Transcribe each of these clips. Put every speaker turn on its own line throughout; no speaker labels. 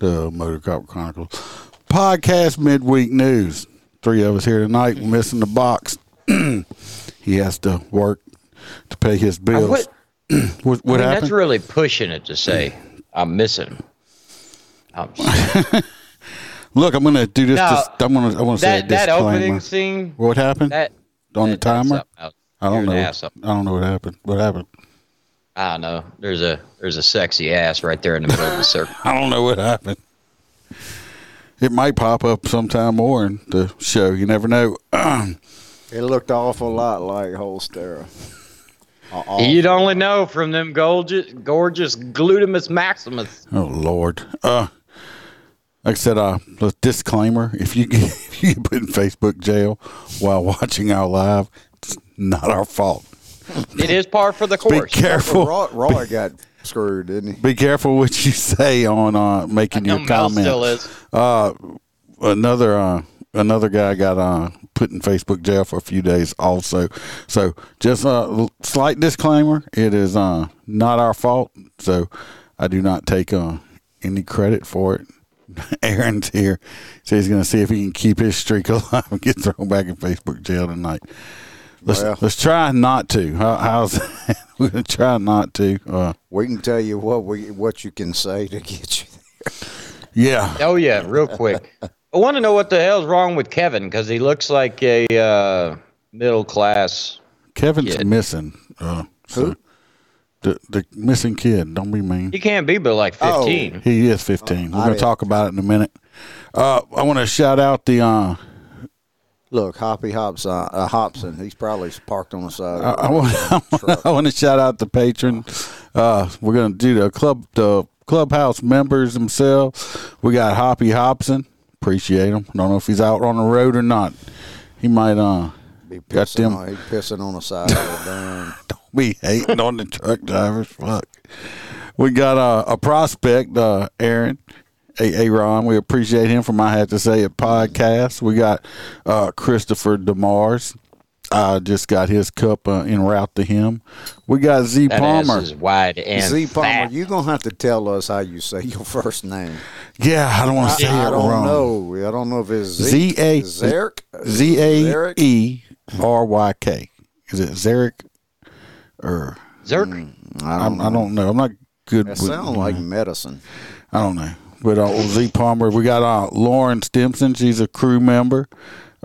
to Motor Cop Chronicles podcast midweek news. Three of us here tonight. We're missing the box. he has to work to pay his bills.
what-
what
I
what
mean,
happened?
That's really pushing it to say I'm missing. I'm s-
Look, I'm going to do this.
No,
dis- I'm going to. I want to say a
that that
disclaimer.
opening scene
what happened
that
on the
that- that's
timer?
something else.
I don't
You're an
know.
ass up-
I don't know what happened. What happened?
I don't know. There's a there's a sexy ass right there in the middle of the circle.
I don't know what happened. It might pop up sometime more in the show. You never know.
It looked awful lot like Holstera. Uh,
You'd only know from them gorgeous, gorgeous glutamus maximus.
Oh Lord. Uh like I said, uh the disclaimer, if you get if you get put in Facebook jail while watching our live, it's not our fault.
It is par for the
Be
course.
careful.
Roy, Roy got screwed, didn't he?
Be careful what you say on uh making
No
your
Mel
comments.
still is.
another uh, another guy got uh, put in Facebook jail for a few days also. So just a l- slight disclaimer: it is uh, not our fault. So I do not take uh, any credit for it. Aaron's here, so he's going to see if he can keep his streak alive and get thrown back in Facebook jail tonight. Let's
Well.
let's try not to. How, how's that? we're going to try not to. Uh,
We can tell you what we what you can say to get you.
yeah,
Oh yeah, real quick. I want to know what the hell's wrong with Kevin because he looks like a uh, middle class.
Kevin's
Yeah.
missing. Uh, so the the missing kid. Don't be mean.
He can't be but like
Oh.
fifteen.
He is 15. We're
I
going to
did.
talk about it in a minute. Uh, I want to shout out the. Uh,
Look, Hoppy Hobson, uh, Hobson, he's probably parked on the side.
I,
of
want, I want to shout out the patron. Uh, we're going to do the club the clubhouse members themselves. We got Hoppy Hobson. Appreciate him. Don't know if he's out on the road or not. He might uh
be pissing
got them-
On, he's pissing on the side of the damn.
be hating on the truck drivers. Fuck. We got uh, a prospect, uh, Aaron. A. A. Ron, we appreciate him from I Had to Say It podcast. We got uh, Christopher Demars. I just got his cup uh, en route to him. We got Z
That
Palmer.
ass is wide and
Z Palmer,
fat.
you're gonna have to tell us how you say your first name.
yeah, I don't want to say
I
it
don't
wrong.
know. I don't know if it's
Z A
Zerk
Z A
Zarek?
E R Y K. Is it Zarek? Or
Zerk.
Mm. I
I'm,
don't.
I don't know. I'm not good.
That
with-
sounds like
Mm-hmm.
medicine.
I don't know. But uh, old Z Palmer, we got uh, Lauren Stimson. She's a crew member.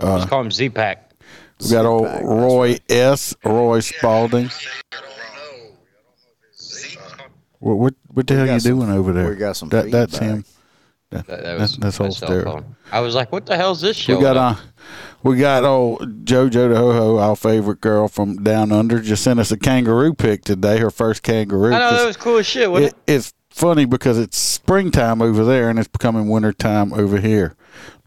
Let's call him Z Pack.
We got old Roy S. Roy Spalding. What what what the hell
got
you
some-
doing over there?
we got some
That, that's
feedback.
him.
That,
That-
that was
that's
my
all
cell
stereo.
phone. I was like, what the hell's this show?
We got uh, we got old JoJo the Ho Ho, our favorite girl from down under, just sent us a kangaroo pic today. Her first kangaroo.
I know
'cause
that was cool as shit.
it,
Wasn't it?
it's funny because it's springtime over there and it's becoming wintertime over here.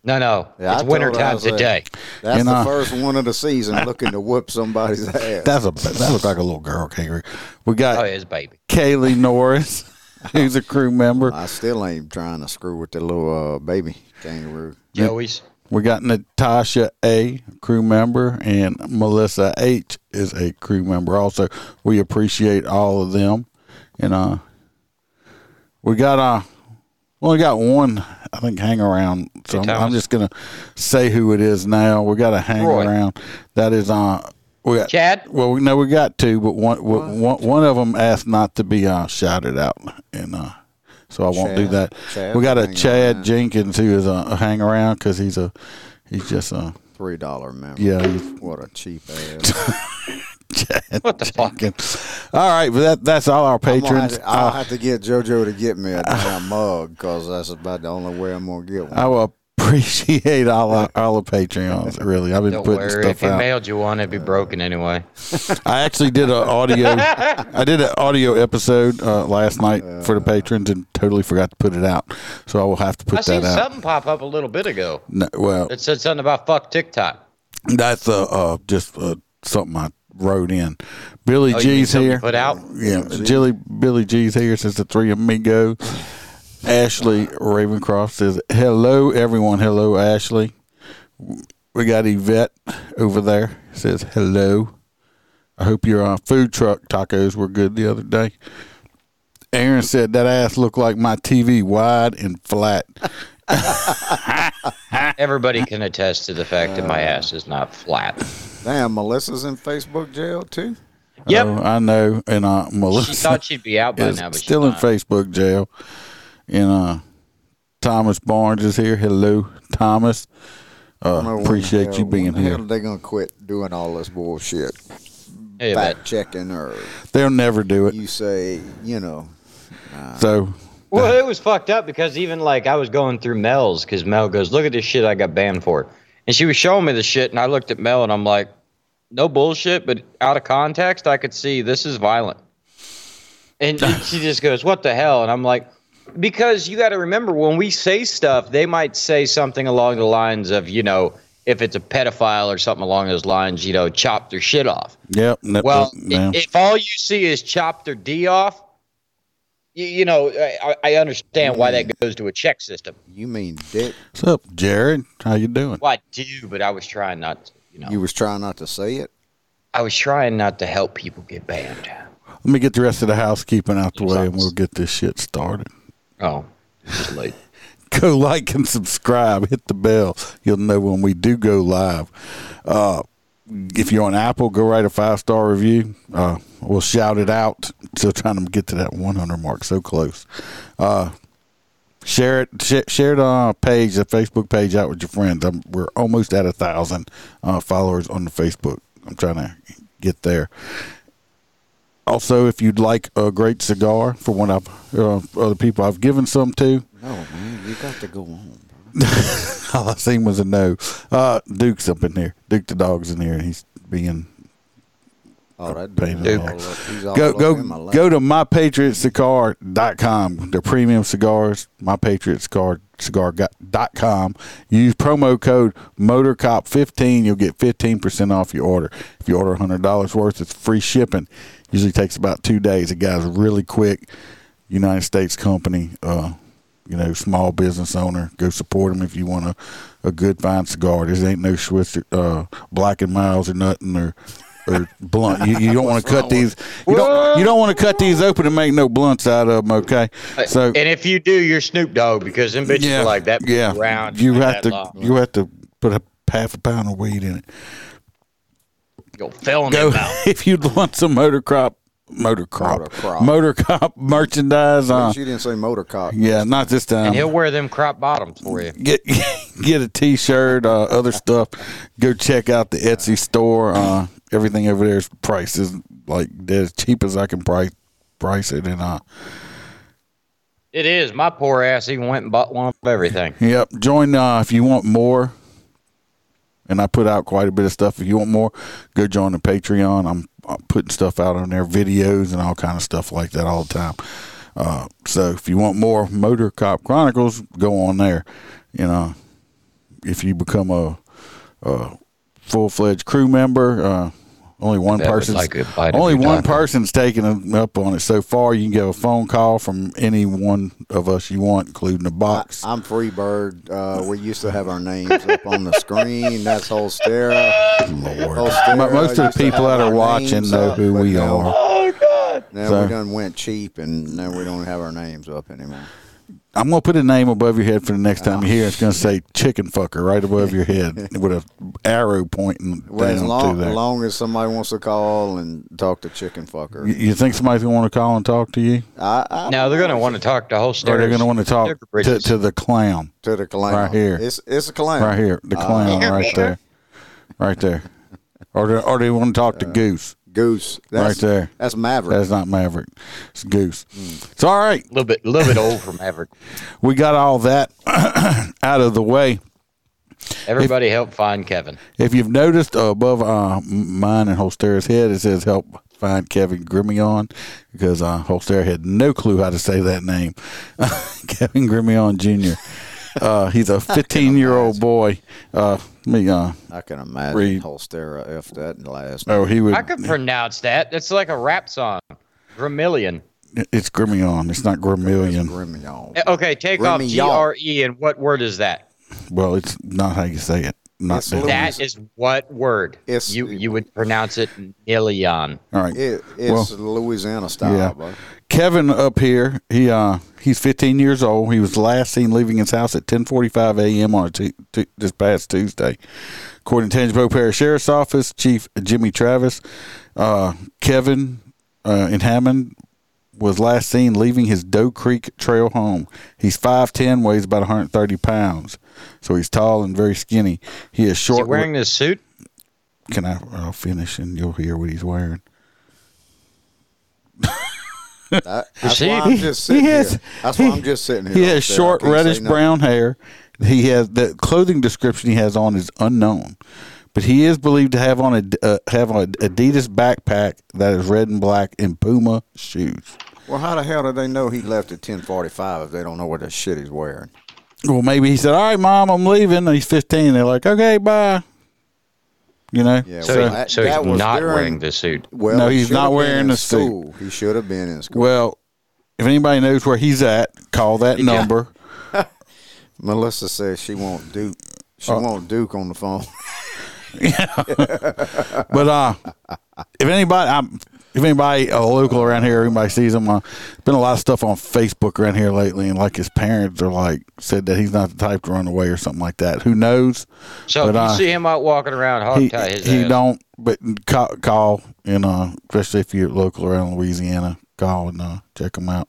No, no.
Yeah, I
it's
told her, I
winter time
was like-
today.
That's
And,
the
uh,
first one of the season looking to whoop somebody's ass.
That's a that looks like a little girl kangaroo. We got
Oh, it's baby.
Kaylee Norris, who's a crew member.
I still ain't trying to screw with the little uh, baby kangaroo.
Joey's.
We got Natasha A, crew member, and Melissa H is a crew member also. We appreciate all of them. And uh we got uh we only got one I think hang around. So I'm, I'm
Thomas.
just gonna say who it is now. We got a hang
Roy.
around. That is uh we got
Chad?
Well, we no, we got two, but one one, one of them asked not to be uh, shouted out, and uh, so I won't do
Chad.
that.
Chad
we got a
hang
Chad
around.
Jenkins who is a, a hang around because he's a he's just a
Three dollar member.
yeah he's
What a cheap ass.
Chad
What the fuck?
Jenkins. All right, but that that's all our
I'm gonna have
patrons. uh,
to- I'll
I, Uh,
have to get JoJo to get me a damn mug because that's about the only way I'm gonna get one.
I will appreciate all our, all the Patreons. Really, I've been
Don't
putting
worry. If
stuff
he
out. Uh,
mailed you one, it'd be broken anyway.
I actually did an audio. I did an audio episode uh, last night for the patrons and totally forgot to put it out. So I will have to
I
put that
seen
out.
something pop up a little bit ago
No, well,
that said something about fuck TikTok.
that's uh, uh, just uh, something I wrote in. Billy
Oh, you mean
G's
something
here.
put out? Oh,
Yeah, Jilly, Billy G's here since the three amigos. Ashley Ravencroft says, "Hello, everyone. Hello, Ashley. We got Yvette over there. Says hello. I hope your uh, food truck tacos were good the other day." Aaron said that ass looked like my TV, wide and flat.
Everybody can attest to the fact that
Uh,
my ass is not flat.
Damn, Melissa's in Facebook jail too.
Yep.
Oh, I know. And uh, Melissa
she thought she'd be out by
is
now, but
still in
she's not.
Facebook jail. And uh, Thomas Barnes is here. Hello, Thomas.
I don't know when the
Uh, appreciate you
hell- when
being
the
here.
hell they gonna quit doing all this bullshit,
Hey, but-
fact checking, or
They'll never do it.
you say, you know,
So
Well, it was fucked up because even like I was going through Mel's because Mel goes, "Look at this shit I got banned for," and she was showing me the shit, and I looked at Mel and I'm like, "No bullshit," but out of context, I could see this is violent. And she just goes, "What the hell?" And I'm like, "Because you got to remember when we say stuff, they might say something along the lines of, you know, if it's a pedophile or something along those lines, you know, chop their shit off."
yep. that-
Well,
that- yeah.
i- if all you see is chopped or D off, you, you know, I, I understand why that goes to a check system.
you mean dick.
what's up, Jared? How you doing?
Well, I do, but I was trying not to, you know,
You was trying not to say it.
I was trying not to help people get banned.
Let me get the rest of the housekeeping out the way, and we'll get this shit started.
Oh, this is late.
Go like and subscribe. Hit the bell. You'll know when we do go live. Uh, if you're on Apple, go write a five star review. Uh, we'll shout it out. Still trying to get to that 100 mark. So close. Uh, Share it. Sh- share the uh, page, the Facebook page, out with your friends. i we're almost at a thousand uh, followers on the Facebook. I'm trying to get there. Also, if you'd like a great cigar, for one of uh, other people I've given some to,
No, man, you got to go on.
all I seen was a no. Uh, Duke's up in here. Duke the dog's in here, and he's being
All right,
Pain
Oh, dude,
in the
all up- he's all
go
up
go
in my lap.
go to mypatriotcigar.com. They're premium cigars. Mypatriotcigar.com. Use promo code MotorCop15. You'll get 15% off your order. If you order $100 worth, it's free shipping. Usually takes about two days. The guy's really quick. United States company. Uh, you know, small business owner. Go support them if you want a, a good fine cigar. This ain't no Schwitzer, uh, Black and Miles or nothing or or blunt. You, you don't want to cut these. You don't you don't want to cut these open and make no blunts out of them. Okay, so
and if you do, you're Snoop Dogg because them bitches
yeah,
are like that.
yeah,
round.
you
like
have
that
to
long.
you have to put a half a pound of weed in it.
You'll fill them
Go
out.
if you want some motor crop. Motor crop,
Motor crop.
motor crop merchandise. Uh,
She didn't say motor cock.
yeah, not this time.
And he'll wear them crop bottoms for you.
get get a t-shirt uh, other stuff go check out the etsy store uh, everything over there is priced is like as cheap as i can price price it and uh
It is. My poor ass even went and bought one of everything.
yep join uh if you want more and i put out quite a bit of stuff if you want more go join the patreon i'm, I'm putting stuff out on there videos and all kind of stuff like that all the time uh so if you want more motor cop chronicles go on there you know if you become a full fledged crew member. Uh, only one
That would
person's
like a bite of
only
your
one
taco.
person's taken up on it so far. You can get a phone call from any one of us you want, including the box.
I'm Freebird. Uh, we used to have our names up on the screen. That's Holstera.
Lord.
Holstera
Mo- most of the
used to
people
have
that are
our
watching
names
know
up,
who
but
we
now-
are.
Now
So-
we done went cheap, and now we don't have our names up anymore.
I'm gonna put a name above your head for the next time you hear. it. It's gonna say "chicken fucker" right above your head with a arrow pointing
Well, as
down to
long,
there.
as long as somebody wants to call and talk to chicken
you
fucker,
you think somebody's gonna want to call and talk to you,
I, I
Now they're gonna want to talk to whole
or they're gonna want to talk
Sticker
to,
bridges.
to the clown
to the clown
Right here.
It's it's a clown
right here, the clown right there, right there, or they, or they want to talk to Goose.
Goose. That's,
Right there.
That's Maverick.
That's not Maverick. It's Goose. It's all right.
a little bit, little bit old for Maverick.
We got all that out of the way.
Everybody help find Kevin.
If you've noticed uh, above uh, m- mine and Holstera's head, it says help find Kevin Grimion because uh, Holstera had no clue how to say that name. Kevin Grimion Jr. Uh, he's a 15 year old boy. Uh, let me, uh,
I can imagine
Read.
Holstera if that last.
oh, he would.
I could pronounce that. That's like a rap song. Gramillion.
It's Grimion. It's not Grimillion.
Grimion.
Eh, Okay, take off
Grimillon.
G R E, and what word is that?
Well, it's not how you say it. Not
It's
that.
little-
That is what word?
It's-
you you would pronounce it Ilion.
All right.
It, it's Louisiana style,
Yeah.
bro.
Kevin up here, he uh he's 15 years old. He was last seen leaving his house at 10:45 a.m. on a t- t- this past Tuesday, according to Tangipahoa Parish Sheriff's Office Chief Jimmy Travis. Uh, Kevin uh, in Hammond was last seen leaving his Doe Creek Trail home. He's 5'10", weighs about 130 pounds, so he's tall and very skinny. He is
Is he
short.
wearing this suit?
Can I? I'll finish and you'll hear what he's wearing.
That- That's
see,
why I'm just
he
sitting here.
has-
That's why I'm just sitting here.
He
Holstera. I
has short
can't say
reddish
nothing.
brown hair. He has the clothing description he has on is unknown, but he is believed to have on a uh, have on Adidas backpack that is red and black and Puma shoes.
Well, how the hell do they know he left at ten forty-five if they don't know what the shit he's wearing?
Well, maybe he said, "All right, mom, I'm leaving." He's 15. They're like, "Okay, bye." You know,
Yeah,
So,
well,
he-
that-
so
that
he's
was
not
during-
wearing the suit.
Well,
No,
he
he's
should
not
have been
wearing
in
a suit.
school. He should have been in school.
well, if anybody knows where he's at, call that number.
Melissa says she won't Duke. She
Uh,
won't Duke on the phone.
But uh, if anybody, I'm, if anybody uh, local around here, anybody sees him, uh, been a lot of stuff on Facebook around here lately, and like his parents are like said that he's not the type to run away or something like that. Who knows?
So
But,
you
uh,
see him out walking around, hog
He
tie his
he
ass.
don't, but call, call and uh, especially if you're local around Louisiana, call and uh, check him out.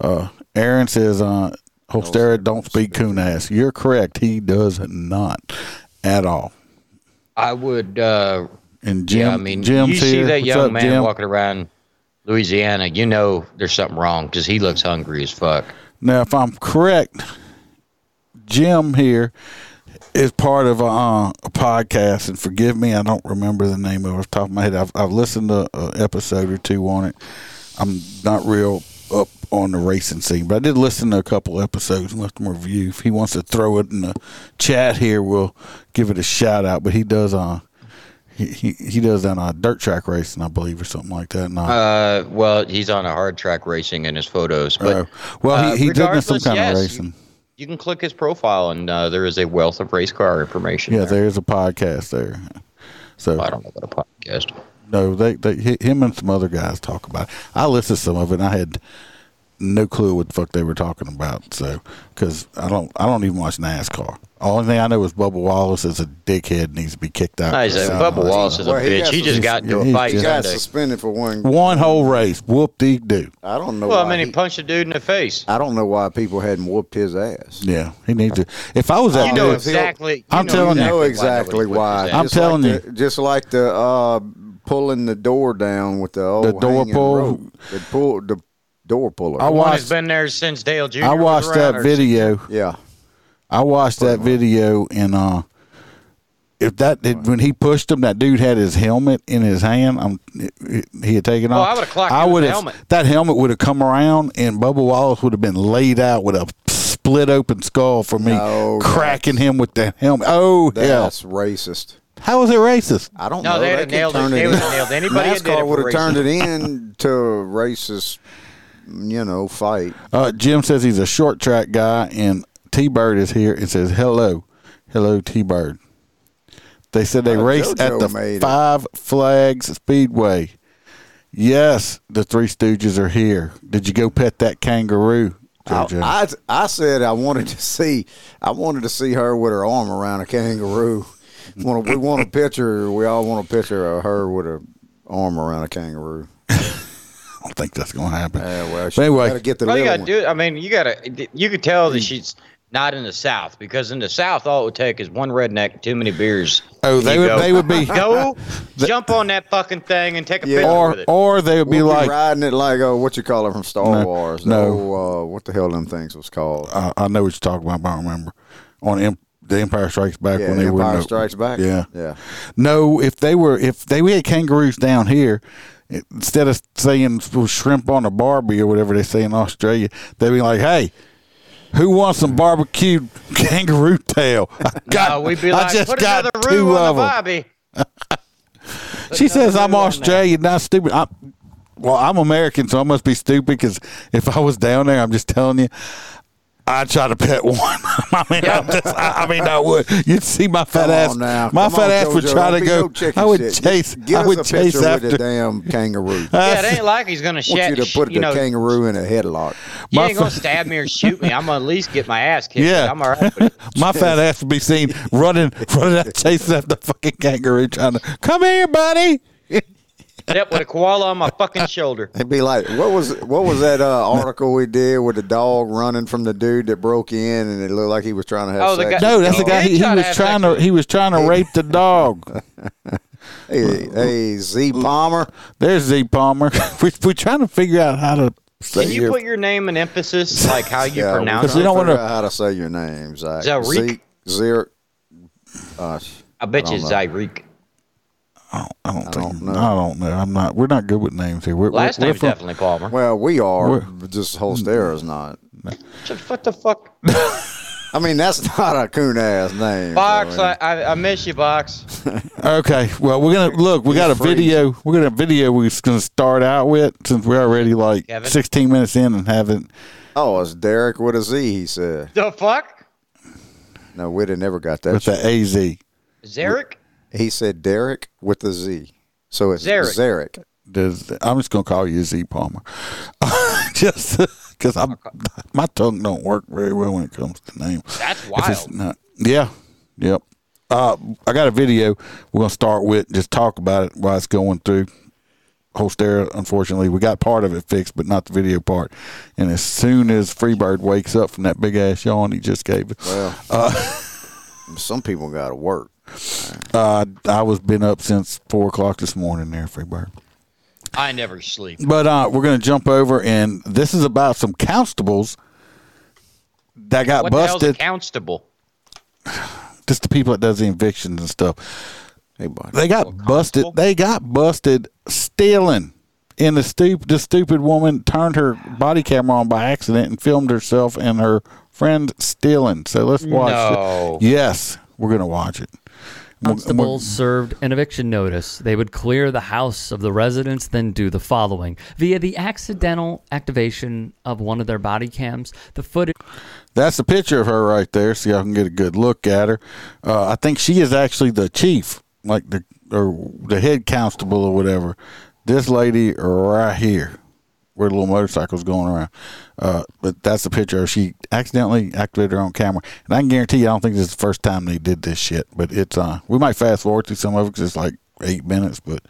Uh, Aaron says, uh, Holstera don't speak coon ass. You're correct. He does not at all.
I would. Uh,
And Jim,
yeah, I mean,
Jim's
you see
here.
that
What's
young
up,
man
Jim?
walking around Louisiana, you know there's something wrong because he looks hungry as fuck.
Now, if I'm correct, Jim here is part of a, uh, a podcast, and forgive me, I don't remember the name of it off the top of my head. I've, I've listened to an episode or two on it. I'm not real up on the racing scene, but I did listen to a couple episodes and left him a review. If he wants to throw it in the chat here, we'll give it a shout out. But he does uh he he, he does that uh, dirt track racing, I believe, or something like that. And, uh,
Uh, well, he's on a hard track racing in his photos, but
uh, well,
uh,
he, he did some
regardless,
kind
yes,
of
you-
racing.
you can click his profile, and uh, there is a wealth of race car information.
Yeah,
there.
there's a podcast there. So
I don't know about a podcast.
no, they, they hi- him and some other guys talk about. It. I listened to some of it. and I had no clue what the fuck they were talking about. So because I don't I don't even watch NASCAR. Only thing I know is Bubba Wallace is a dickhead and needs to be kicked out.
No, he's
for
a,
something
Bubba
like
Wallace is a
Well, he
bitch.
got
He just
some-
got into
he
a fight
just-
He got
Sunday.
suspended for one.
that. One whole race, whoop de doo.
I don't know.
Well, I
why
mean, he
he-
punched a dude in the face.
I don't know why people hadn't whooped his ass.
Yeah, he needs to. If I was that
You
dude,
know
if he'll-
exactly.
I'm
you know
telling you.
know
nobody
exactly
whipped
why.
his
I'm
ass.
Just
telling
like the- just like the uh, pulling the door down with the old
The door
hanging
pull.
rope. The pull. The door puller.
I
The one has
watched.
been there since Dale Jr.
I
was
watched
around,
that
or-
video.
yeah.
I watched that video and uh if that did, when he pushed him, that dude had his helmet in his hand. I'm he had taken off.
Oh, I would've clocked him with
would've-
the helmet.
That helmet would have come around, and Bubba Wallace would have been laid out with a split open skull for me
No,
cracking him with that helmet. Oh hell!
That's racist.
How is it racist?
I don't
No,
know.
they would've
could
nailed it.
turn
They
in.
would've nailed anybody that did it
NASCAR would
for
have turned it in to racist, you know, fight.
Uh, Jim says he's a short track guy, and T Bird is here and says hello, hello T Bird. They said they
Oh,
raced at
JoJo
the
made it.
Five Flags Speedway. Yes, the Three Stooges are here. Did you go pet that kangaroo,
I,
JoJo?
I I said I wanted to see I wanted to see her with her arm around a kangaroo. Want we want a picture? We all want a picture of her with her arm around a kangaroo.
don't think that's going to happen.
Yeah, well,
But anyway,
gotta get the
Well, you
little
gotta
one.
do it. I mean, you gotta. You could tell
Mm.
that she's not in the South because in the South, all it would take is one redneck, too many beers.
oh, they
You
would
go,
they would be
go jump on that fucking thing and take a
Yeah.
picture
or
with it.
or they would be
We'll
like
riding it like oh, what you call it from Star
No,
Wars?
no.
Oh, uh, what the hell them things was called?
I, I know what you're talking about, but I don't remember on M- the Empire Strikes Back
Yeah,
when they were
Empire
no-
Strikes Back.
Yeah.
yeah.
No, if they were if they had kangaroos down here, instead of saying shrimp on a barbie or whatever they say in Australia, they'd be like, "Hey, who wants some barbecued kangaroo tail?" I got,
Uh, we'd be
I
like,
just
put
got
another
two
roux on
of
the
them.
Bobby.
She says I'm
roux on
Australian, not stupid. I'm, well, I'm American, so I must be stupid because if I was down there, I'm just telling you. I'd try to pet one. I mean, I'm just, I, I mean, I would. You'd see my fat
Come
ass.
on now.
My
Come
fat
on,
ass would
Jojo.
try
Don't
to
be
go.
no chicken
I would
shit. Just
chase.
Give
I would
us a
chase
picture
after. Uh,
with a damn kangaroo. I
Yeah, it ain't like he's gonna
want you
shat.
to put
you
the
know,
kangaroo in a headlock.
you
My
ain't gonna
fr-
stab me or shoot me. I'm gonna at least get my ass kicked.
Yeah.
Yeah. I'm all right. With it.
My fat ass would be seen running, running out, chasing after the fucking kangaroo, trying to come here, buddy.
Except with a koala on my fucking shoulder.
It'd be like, what was what was that uh, article we did with the dog running from the dude that broke in and it looked like he was trying to have
Oh, the
sex?
guy-
No, that's the
Oh.
guy. He, he
Try to
was
have
trying to.
sex.
He was trying to rape the dog.
Hey, hey, Z Palmer.
There's Z Palmer. we, we're trying to figure out how to say
Can you
your.
put your name and emphasis like how you
Yeah, we're
pronounce
trying
we
it?
to
don't wanna-
figure out how to say your name, Zach. uh,
Zarek?
Zeke, Zir. Gosh,
I bet you
don't know.
Zyreek.
I don't, think,
know.
I don't know. I'm not. We're not good with names here. We're,
Last
we're, we're
name's
from-
definitely Palmer.
Well, we are.
We're-
but Just Holstera is not.
What the fuck?
I mean, that's not a coon ass name.
Box,
so,
I, I, I miss you, Box.
Okay. Well, we're gonna look. We got a
free.
video. We're gonna video. We're just gonna start out with since we're already like
Kevin?
16 minutes in and haven't.
oh, it's Derek with a Z. He said.
The fuck?
No, we'd have never got that.
With the A Z.
Zarek?
He said Derek with a Z. So it's
Zarek.
Zarek.
Does, I'm just gonna call you Z Palmer, just because I'm my tongue don't work very well when it comes to names.
That's
If it's
wild.
not- yeah, yep. Uh, I got a video. We're gonna start with just talk about it while it's going through. Holstera, unfortunately, we got part of it fixed, but not the video part. And as soon as Freebird wakes up from that big ass yawn he just gave, us,
Well, some people got to work.
uh, I was been up since four o'clock this morning. There, Freebird.
I never sleep.
But uh, we're going to jump over, and this is about some constables that got
What the hell's a
busted.
constable?
Just the people that does the evictions and stuff.
Hey, buddy.
They got busted. They got busted stealing. And the stupid, the stupid woman turned her body camera on by accident and filmed herself and her friend stealing. So let's watch.
No.
It. Yes, we're gonna watch it. We'll- we'll-
Constables served an eviction notice. They would clear the house of the residents, then do the following. Via the accidental activation of one of their body cams, the footage
That's a picture of her right there. See, I can get a good look at her. Uh, I think she is actually the chief, like the or the head constable or whatever. This lady right here, where the little motorcycle's going around. Uh, but that's the picture. of her. She accidentally activated her own camera, and I can guarantee you, I don't think this is the first time they did this shit. But it's uh, we might fast forward through some of it 'cause it's like eight minutes, but.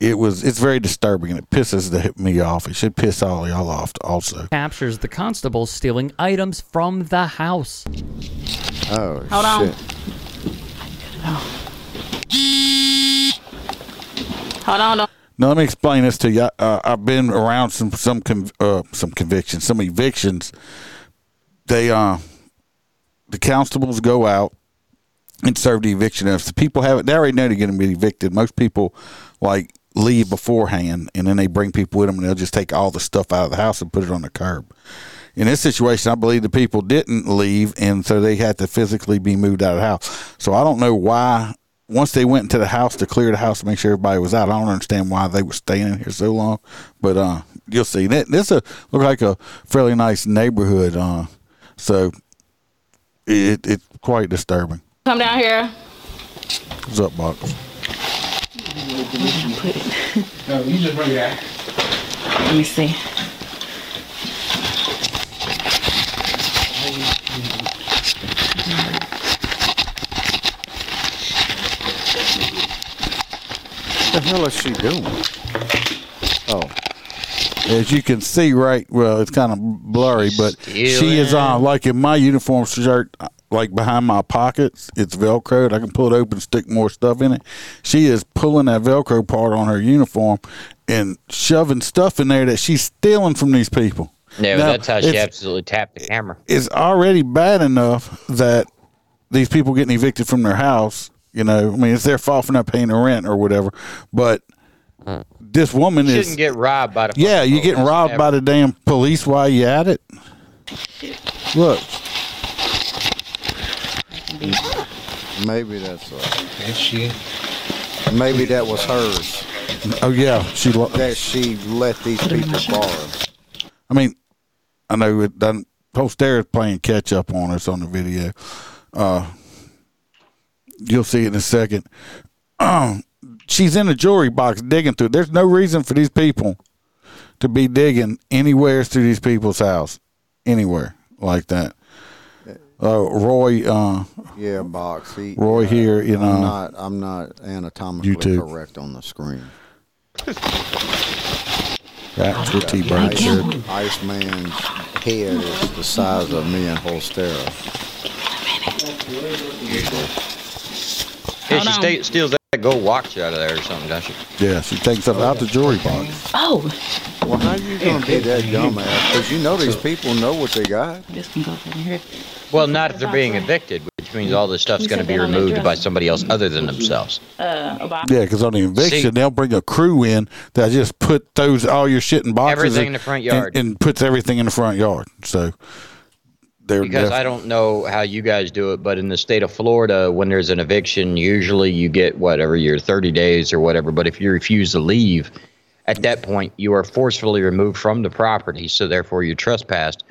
It was. It's very disturbing, and it pisses the, me off. It should piss all y'all off, also.
captures the constables stealing items from the house.
Oh,
Hold on.
shit.
Hold on. Don't.
Now let me explain this to you. I, uh, I've been around some some conv- uh, some convictions, some evictions. They uh, the constables go out and serve the eviction notice. The people have it. They already know they're going to be evicted. Most people like leave beforehand, and then they bring people with them, and they'll just take all the stuff out of the house and put it on the curb. In this situation, I believe the people didn't leave, and so they had to physically be moved out of the house. So I don't know why. Once they went into the house to clear the house to make sure everybody was out, I don't understand why they were staying in here so long. But uh, you'll see. That- This a, look like a fairly nice neighborhood. Uh, so it, it's quite disturbing.
Come down here.
What's up, Box?
Let me see.
What the hell is she doing? Oh,
As you can see, right? Well, it's kind of blurry, but she is on like in my uniform shirt, uh, like behind my pockets. It's velcroed. I can pull it open, stick more stuff in it. She is pulling that velcro part on her uniform and shoving stuff in there that she's stealing from these people.
No,
Now,
that's how she
it's-
absolutely tapped the camera.
it's already bad enough that these people getting evicted from their house. You know, I mean, it's their fault for not paying the rent or whatever. But this woman
You
is,
shouldn't get Oh, robbed by the.
yeah,
fucking
you're getting
police,
robbed
ever.
by the damn police while you at it. Look,
Maybe that's uh,
That shit.
maybe that was hers
oh yeah, she. Lo-
that she let these people borrow.
I mean, I know it doesn't. Postera is playing catch up on us on the video. Uh, you'll see it in a second. Um, she's in a jewelry box digging through. There's no reason for these people to be digging anywhere through these people's house, anywhere like that. Uh, Roy, uh,
Yeah, box. He,
Roy here, uh, you
I'm
know,
not. I'm not anatomically
YouTube.
correct on the screen.
that's what T-Bird said.
Ice, Iceman's head is the size of me and Holstera.
Yeah,
Hold
she
on.
sta- steals that gold watch out of there or something, doesn't she?
Yeah, she takes up out the jewelry box.
Oh,
Well, how you gonna be that dumbass? Because you know these people know what they got.
this can go over here.
Well, not if they're being evicted, which means all this stuff's
You
going to
said
be
that on the
removed
dress.
by somebody else other than themselves.
Uh, about
Yeah, because on the eviction,
See-
they'll bring a crew in that just put those all your shit in boxes.
Everything
and-
in the front
and-
yard.
and, puts everything in the front yard. So they're
Because
def-
I don't know how you guys do it, but in the state of Florida, when there's an eviction, usually you get whatever your 30 days or whatever. But if you refuse to leave, at that point, you are forcefully removed from the property. So therefore, you trespassed,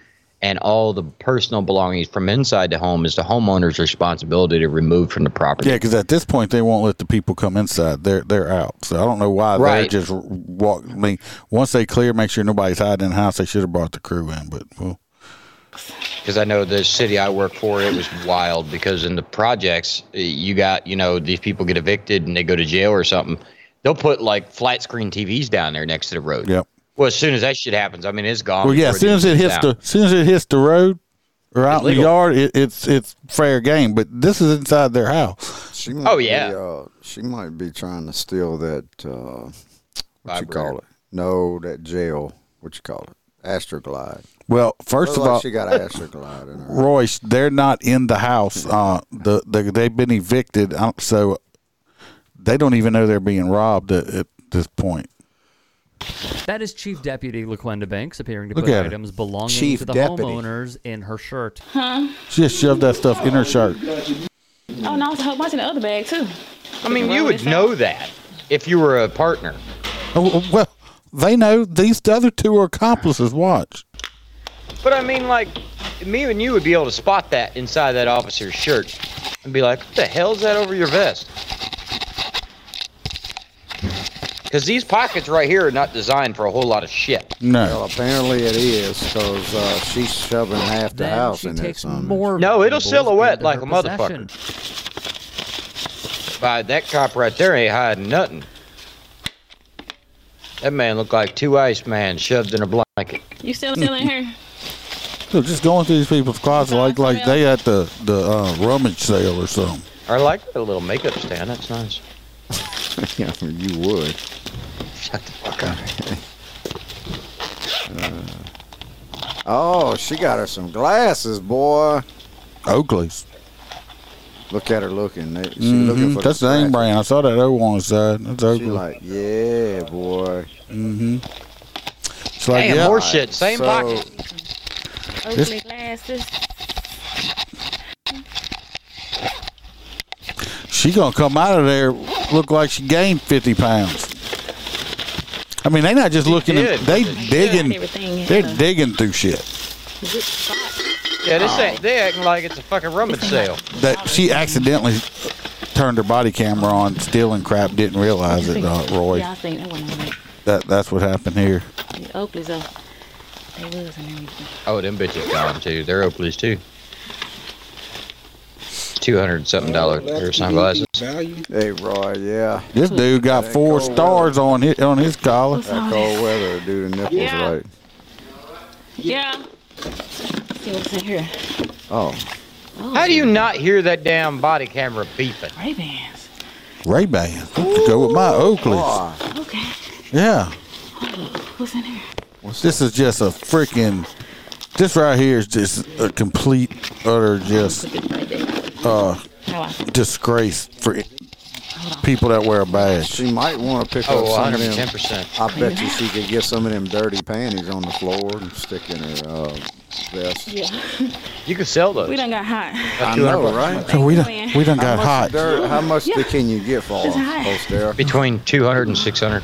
and all the personal belongings from inside the home is the homeowner's responsibility to remove from the property.
Yeah, because at this point they won't let the people come inside. They're they're out. So I don't know why
Right.
they're just walk. I mean, once they clear, make sure nobody's hiding in the house. They should have brought the crew in, but well,
because I know the city I work for, it was wild because in the projects, eh, you got, you know, these people get evicted and they go to jail or something. They'll put like flat screen TVs down there next to the road.
Yep.
Well, as soon as that shit happens, I mean, it's gone.
well, yeah. As
before it
soon as it
even
hits
gets
the,
out.
as soon as it hits the road or out in the
legal.
yard, it, it's it's fair game. But this is inside their house.
She might
Oh, yeah.
Be, uh, she might be trying to steal that. Uh, what you
Vibrator.
call it? No, that gel. What you call it? Astroglide.
Well,
Looks
first of
like
all,
she got Astroglide in her.
Royce, they're not in the house. Uh, the, the they've been evicted, uh, so they don't even know they're being robbed at, at this point.
That is Chief Deputy LaQuenda Banks appearing to
Look
put
at her.
items belonging
Chief
to the
Deputy.
homeowners in her shirt.
She just shoved that stuff in her shirt.
Oh, no, I was a whole bunch in the other bag, too.
I mean, you would know that if you were a partner.
Oh, well, they know these other two are accomplices. Watch.
But I mean, like, me and you would be able to spot that inside that officer's shirt and be like, what the hell's that over your vest? Because these pockets right here are not designed for a whole lot of shit.
Well,
No,
apparently it is because uh, she's shoving half the
Then
house
she
in there.
takes
son.
more.
No, it'll
valuables
silhouette
into
like
her
a motherfucker. By that cop right there ain't hiding nothing. That man looked like two ice man shoved in a blanket.
You still still in here?
they're just going through these people's closets like like they at the the uh, rummage sale or something.
I like that little makeup stand. That's nice.
Yeah, you would.
Shut the fuck up.
Uh, Oh, she got her some glasses, boy.
Oakley's.
Look at her looking. They- She looking
hmm
for
That's the name brand. I saw that O on the side. That's
She
Oakley.
like, yeah, boy.
It's like,
Damn,
yeah,
horseshit. Same
so,
pocket.
Oakley glasses.
she gonna come out of there look like she gained 50 pounds i mean they not just looking
did.
at, they digging
Everything in
they're
the-
digging through shit
Good spot.
Yeah, this ain't, they acting like it's a fucking rummage sale.
that she accidentally turned her body camera on stealing crap didn't realize it uh, roy
Yeah, I think that one on there.
that that's what happened here
The Oakley's up. They was and everything.
Oh, them bitches gone too. They're Oakleys too. Two hundred something dollar pair of sunglasses.
Value.
Hey, Roy, yeah.
this dude got four
cold
stars on his on his collar
That cold weather, dude, the nipples
Oh, Yeah.
right.
Yeah. see what's in here.
Oh,
How do you not hear that damn body camera beeping?
Ray Bans.
ray ban go with my oakleys
boy.
Okay.
yeah
What's in here?
this is just a freaking this right here is just a complete utter just
Put this right there. How I
disgrace for people that wear a badge.
She might want to pick
Oh,
up some of
110
them.
percent.
I bet you she could get some of them dirty panties on the floor and stick in her uh, vest.
Yeah.
You could sell those.
We done got hot.
I
200
know,
bucks.
right?
So we
you,
done,
man.
we done
How
got
much
hot.
Dirt, how much
Yeah.
can you get for
It's
them,
hot.
Postera?
Between 200 and 600.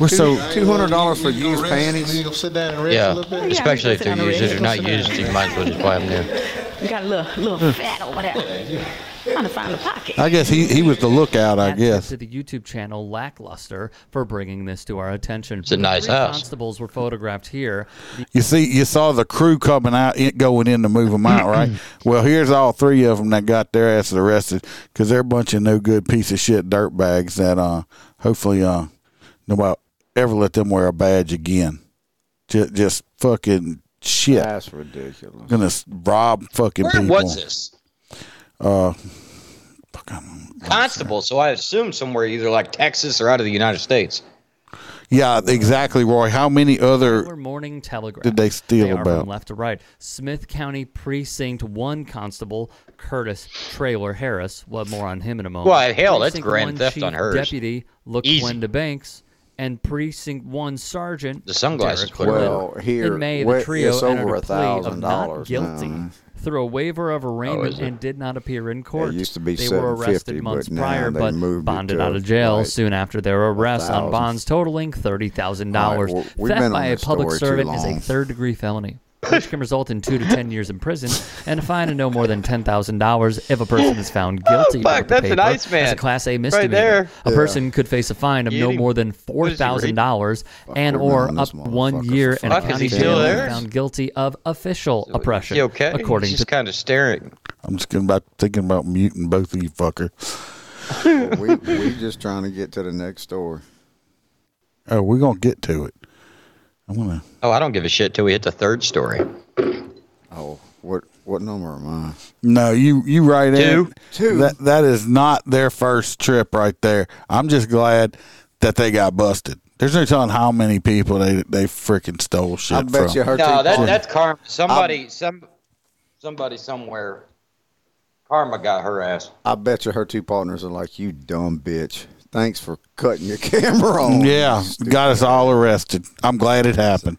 We're so
Two hundred dollars for
You
used
gonna rest? You
panties.
gonna sit down and rest a
Yeah,
little bit?
Oh, Yeah,
especially if
sit
they're
on the
used.
red.
If they're not used, you might as well just buy them new.
We got a little, little fat over there. Trying to find a pocket.
I guess he, he was the lookout, I
Hat tip
guess.
to the YouTube channel Lackluster for bringing this to our attention. It's
a nice
Three
house.
Constables were photographed here. The
You see, you saw the crew coming out, it going in to move them out, right? Well, here's all three of them that got their asses arrested because they're a bunch of no good piece of shit dirt bags that uh, hopefully uh, nobody ever let them wear a badge again. Just, just fucking shit.
That's ridiculous.
Gonna s- rob fucking
Where
people.
was this? Uh, Constable. So I assume somewhere either like Texas or out of the United States.
Yeah, exactly, Roy. How many other
Tyler Morning Telegraph.
Did they steal
are
about?
from left to right? Smith County Precinct One Constable Curtis Trailer Harris. What more on him in a moment?
Well, hell, that's
Precinct
grand
One
theft
Chief
on hers.
Deputy
Easy.
LaQuenda Banks and Precinct One Sergeant
The sunglasses
Derek
clear
Quinlan.
Well, here,
in May
where-
the trio
it's
entered
over
a plea of not
$1,000
guilty
now.
through a waiver of arraignment
Oh, is it?
and did not appear in court.
used to be
they were
$750,
arrested months
but now
prior,
they
but
moved it
bonded
to
out of jail
like
soon after their arrest on
1,000.
bonds totaling thirty thousand dollars.
All right, well, we've been
Theft
on
by a
this
public
story too
servant is a
long.
third-degree felony. Which can result in two to ten years in prison and a fine of no more than ten thousand dollars if a person is found guilty.
fuck,
with the
that's an
paper
Iceman.
as a class A
Right
misdemeanor.
there.
A person could face a fine of
You
no
didn't-
more than four thousand dollars and
we've been
or
on
up
this
one
motherfucker
year
for
in a
fucking
county
Fuck, is
jail
he still
if
there?
found guilty of official oppression.
You okay?
According
He's
to
just kind of staring.
I'm just gonna about thinking about muting both of you fucker.
we we just trying to get to the next store.
Oh, we're gonna get to it. I'm gonna.
Oh, I don't give a shit till we hit the third story.
Oh, what what number am I?
No, you you right in.
Two.
Two.
That that is not their first trip right there. I'm just glad that they got busted. There's no telling how many people they they freaking stole shit
I bet
from.
you her
No,
two
that,
pumps-
that's karma. Somebody, some, somebody somewhere. Karma got her ass.
I bet you her two partners are like you dumb bitch. Thanks for cutting your camera on.
Yeah, got us all arrested. I'm glad it happened.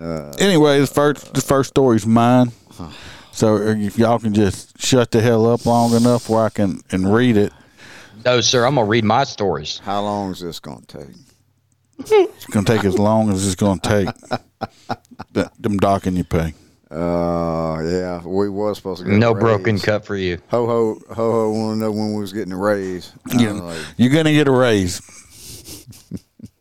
Uh, anyway, the first the first story's mine. So uh, if y'all can just shut the hell up long enough where I can and read it,
No, sir, I'm gonna read my stories.
How long is this gonna take?
it's gonna take as long as it's gonna take. Th- them docking you pay.
Uh, yeah, we was supposed to get a
No
raise.
broken cut for you.
Ho ho ho ho! Want to know when we was getting a raise? Uh, I
You,
was like,
you're gonna get a raise.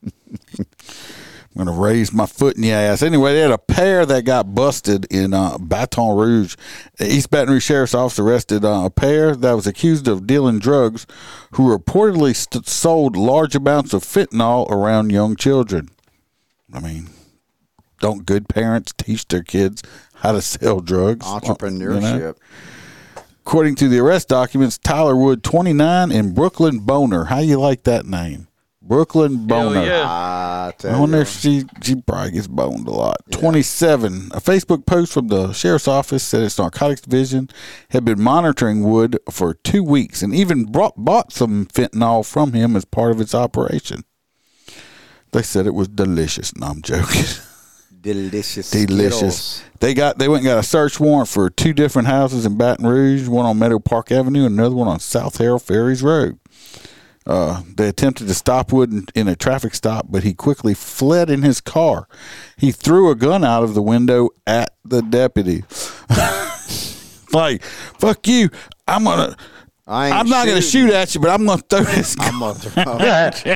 I'm gonna raise my foot in your ass. Anyway, they had a pair that got busted in uh, Baton Rouge. The East Baton Rouge sheriff's office arrested uh, a pair that was accused of dealing drugs, who reportedly st- sold large amounts of fentanyl around young children. I mean, don't good parents teach their kids how to sell drugs?
entrepreneurship.
You know? According to the arrest documents, Tyler Wood, 29, and Brooklyn Boner. How you like that name? Brooklyn Boner.
I tell
I
you,
wonder if she, she probably gets boned a lot. 27. A Facebook post from the sheriff's office said its narcotics division had been monitoring Wood for two weeks and even brought, bought some fentanyl from him as part of its operation. They said it was delicious. No, I'm joking.
delicious,
delicious. They got they went and got a search warrant for two different houses in Baton Rouge, one on Meadow Park Avenue and another one on South Harold Ferries Road. Uh, they attempted to stop Wood in, in a traffic stop, but he quickly fled in his car. He threw a gun out of the window at the deputy. like, fuck you! I'm gonna.
I ain't
I'm not gonna
shooting.
shoot at you, but I'm gonna throw this gun.
I'm gonna throw,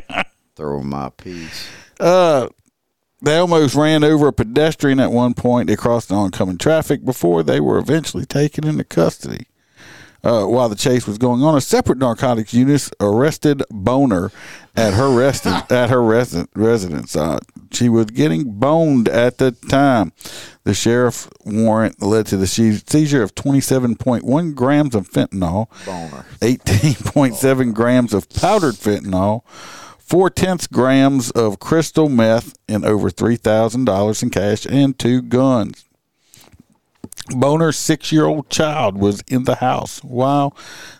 throw my piece.
They almost ran over a pedestrian at one point. They crossed oncoming traffic before they were eventually taken into custody. Uh, while the chase was going on, a separate narcotics unit arrested Boner at her rest at her resi- residence. Uh, she was getting boned at the time. The sheriff warrant led to the she- seizure of 27.1 grams of fentanyl,
Boner.
18.7 grams of powdered fentanyl, four tenths grams of crystal meth, and over $3,000 in cash and two guns. Boner's six year old child was in the house while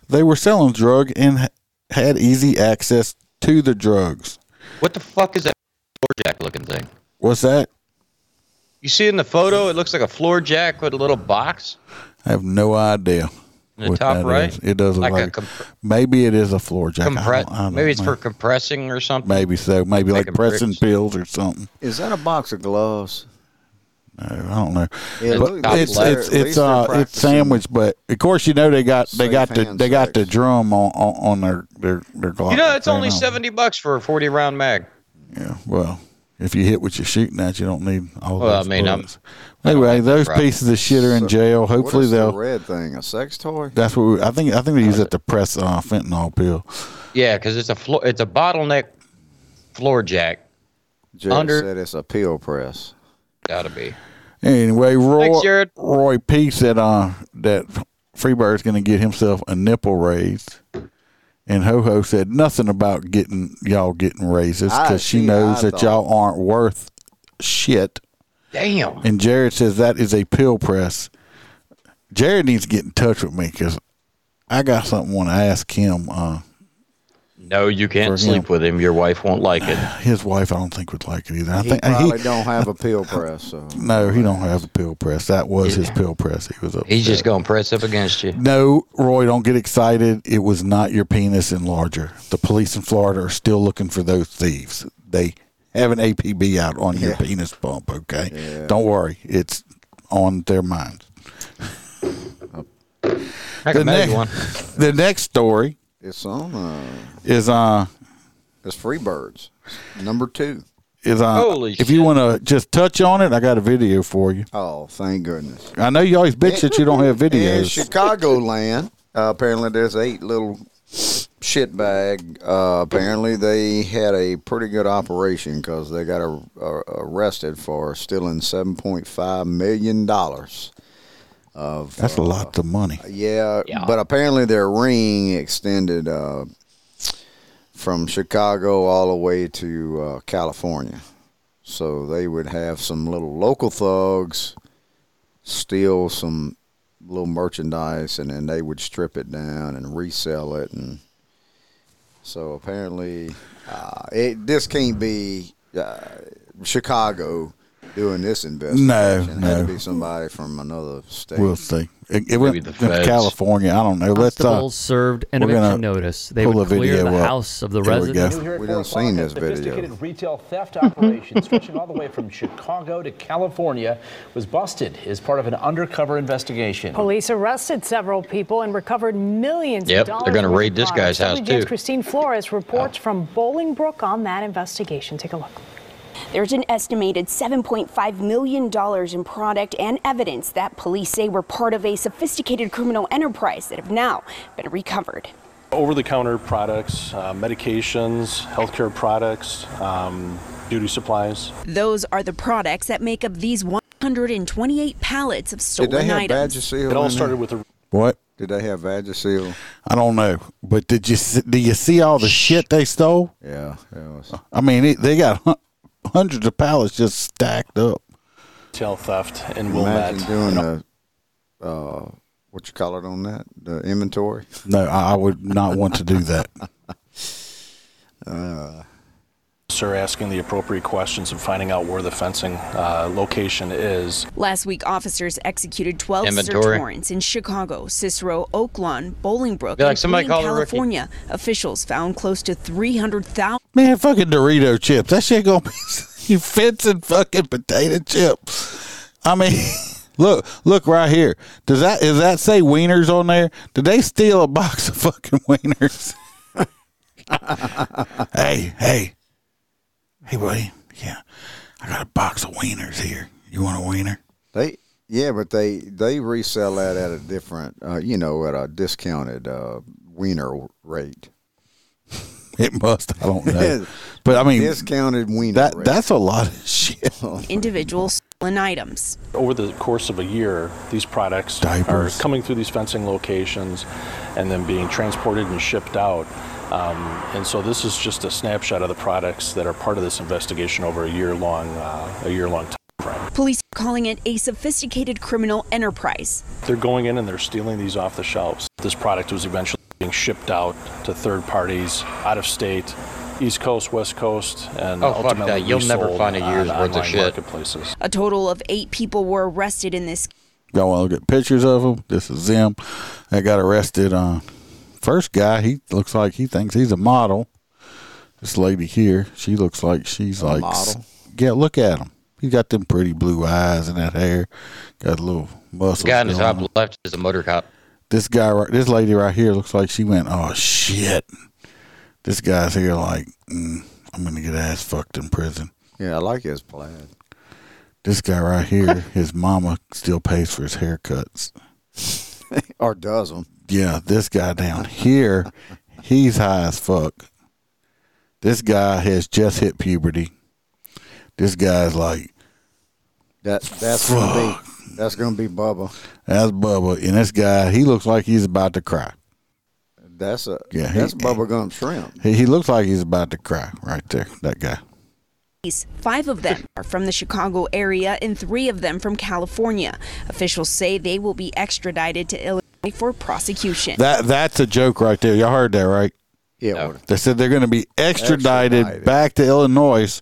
they were selling drug and ha- had easy access to the drugs.
What the fuck is that floor jack looking thing?
What's that?
You see in the photo, it looks like a floor jack with a little box
I have no idea.
in the
what
top
that
right.
is. It doesn't
like
like
a comp-
Maybe it is a floor jack. I
compress.
don't- I don't
Maybe it's
know.
for compressing or something.
Maybe so. Maybe like
Making
pressing
bricks.
pills or something.
Is that a box of gloves?
I don't know.
Yeah,
But
look, at
it's
least they're-
it's
at least
it's
they're
uh it's
practicing.
sandwich, but of course you know they got they
Safe
got the
hand
they got the
sex.
drum on on, on their their their Glock.
You know, it's only
You know.
seventy bucks for a forty round mag.
Yeah, well, if you hit what you're shooting at, you don't need all
Well, I
those
mean, I'm-
bullets. Anyway, those
problem.
pieces of shit are in
So,
jail. Hopefully
what is the
they'll.
red thing a sex toy.
that's what we, I think. I think they use it to press uh, fentanyl pill.
Yeah, because it's a floor. It's a bottleneck floor jack.
Jared
under-
said it's a peel press.
Gotta be.
Anyway, Roy
Thanks, Jared.
Roy P said uh, that Freebird's going to get himself a nipple raised, and Ho Ho said nothing about getting y'all getting raises
I-
because she
see,
knows
I
that
thought-
y'all aren't worth shit.
Damn.
And Jared says that is a pill press. Jared needs to get in touch with me because I got something I want to ask him. Uh,
No, you can't
For him.
sleep with him. Your wife won't like it.
his wife, I don't think would like it either. I
He
think uh,
probably
he,
don't have a peel press. So
no, he don't have a pill press. That was his pill press. He was upset.
He's just gonna press up against you.
No, Roy, don't get excited. It was not your penis enlarger. The police in Florida are still looking for those thieves. They have an APB out on your penis pump, okay? Don't worry. It's on their minds.
I
The
can make
next-
one.
The next story
it's on. Uh,
is uh
it's Freebirds number two.
is uh
Holy
if you
shit.
want to just touch on it, I got a video for you.
Oh, thank goodness.
I know you always bitch that you don't have
In
videos.
Chicagoland, uh, apparently there's eight little shit bag. Uh, apparently they had a pretty good operation because they got a, a, arrested for stealing seven point five million dollars.
That's a lot of money.
Yeah,
Yeah.
but apparently their ring extended uh, from Chicago all the way to uh, California. So they would have some little local thugs steal some little merchandise and then they would strip it down and resell it and so apparently uh, it this can't be uh, Chicago doing this investigation. it had
no.
to be somebody from another state.
We'll see. It, it
Maybe
went
the
to
feds.
California. I don't know. Let's uh,
Constables served an
we're gonna
eviction notice. They
pull
would
the
clear
video
the
up.
house of the
Here we go.
residents.
New here at
We
four
done seen
o'clock, a
this video.
Sophisticated retail theft operation stretching all the way from Chicago to California was busted as part of an undercover investigation.
Police arrested several people and recovered millions
Yep,
of dollars.
they're gonna
worth
raid
of
this
products.
guy's house,
WGN's
too.
Christine Flores reports from Bolingbrook on that investigation. Take a look.
There's an estimated $7.5 million in product and evidence that police say were part of a sophisticated criminal enterprise that have now been recovered.
Over the counter products, uh, medications, healthcare products, um, beauty supplies.
Those are the products that make up these 128 pallets of
Did
stolen
they have
items.
Vagisil?
It all
in there?
started with a
what?
Did they have Vagisil?
I don't know. But did you see, do you see all the shit they stole?
Yeah. it was-
I mean, it, they got hun- hundreds of pallets just stacked up.
retail theft in
Imagine
Wilmette.
doing the uh, what you call it on that the inventory.
No, I, I would not want to do that.
Sir asking the appropriate questions and finding out where the fencing uh, location is.
Last week, officers executed 12
Inventory.
search warrants in Chicago, Cicero, Oaklawn, Bolingbrook,
Be like,
and
somebody
three in
call her Ricky.
California. Officials found close to 300,000
Man, fucking Dorito chips. That shit gonna be you fencing fucking potato chips. I mean, look, look right here. Does that is that say wieners on there? Did they steal a box of fucking wieners? hey, hey, hey, buddy. Yeah, I got a box of wieners here. You want a wiener?
They yeah, but they they resell that at a different uh, you know at a discounted uh, wiener rate.
It must. I don't know. But I mean,
discounted wiener.
that
rate.
that's a lot of shit.
individual stolen items.
Over the course of a year, these products
Diapers.
are coming through these fencing locations and then being transported and shipped out. Um, and so this is just a snapshot of the products that are part of this investigation over a year long, uh, a year long time frame.
Police are calling it a sophisticated criminal enterprise.
They're going in and they're stealing these off the shelves. This product was eventually being shipped out to third parties out of state. East Coast, West Coast, and
Oh, fuck
ultimately
that. You'll never
resold
find a year's
on
worth of
online
shit.
marketplaces.
A total of eight people were arrested in this
Y'all want to look at pictures of him? This is them. They got arrested. Uh, first guy, he looks like he thinks he's a model. This lady here, she looks like she's like
model?
Yeah, look at him. He got them pretty blue eyes and that hair. Got a little muscles.
The guy in the
going
top
on.
left is a motor cop.
This guy, right, this lady right here, looks like she went, "Oh shit!" This guy's here, like, mm, I'm gonna get ass fucked in prison.
Yeah, I like his plaid.
This guy right here, his mama still pays for his haircuts.
or does them.
yeah, this guy down here, he's high as fuck. This guy has just hit puberty. This guy's like,
That that's gonna be that's gonna be Bubba.
that's Bubba. And this guy, he looks like he's about to cry.
That's a
Yeah, he-
that's Bubba Gum Shrimp.
He, he looks like he's about to cry right there, that guy.
case. Five of them are from the Chicago area and three of them from California. Officials say they will be extradited to Illinois for prosecution.
That That's a joke right there. Y'all heard that, right?
Yeah,
No.
well,
They said they're going to be extradited,
Extradited.
back to Illinois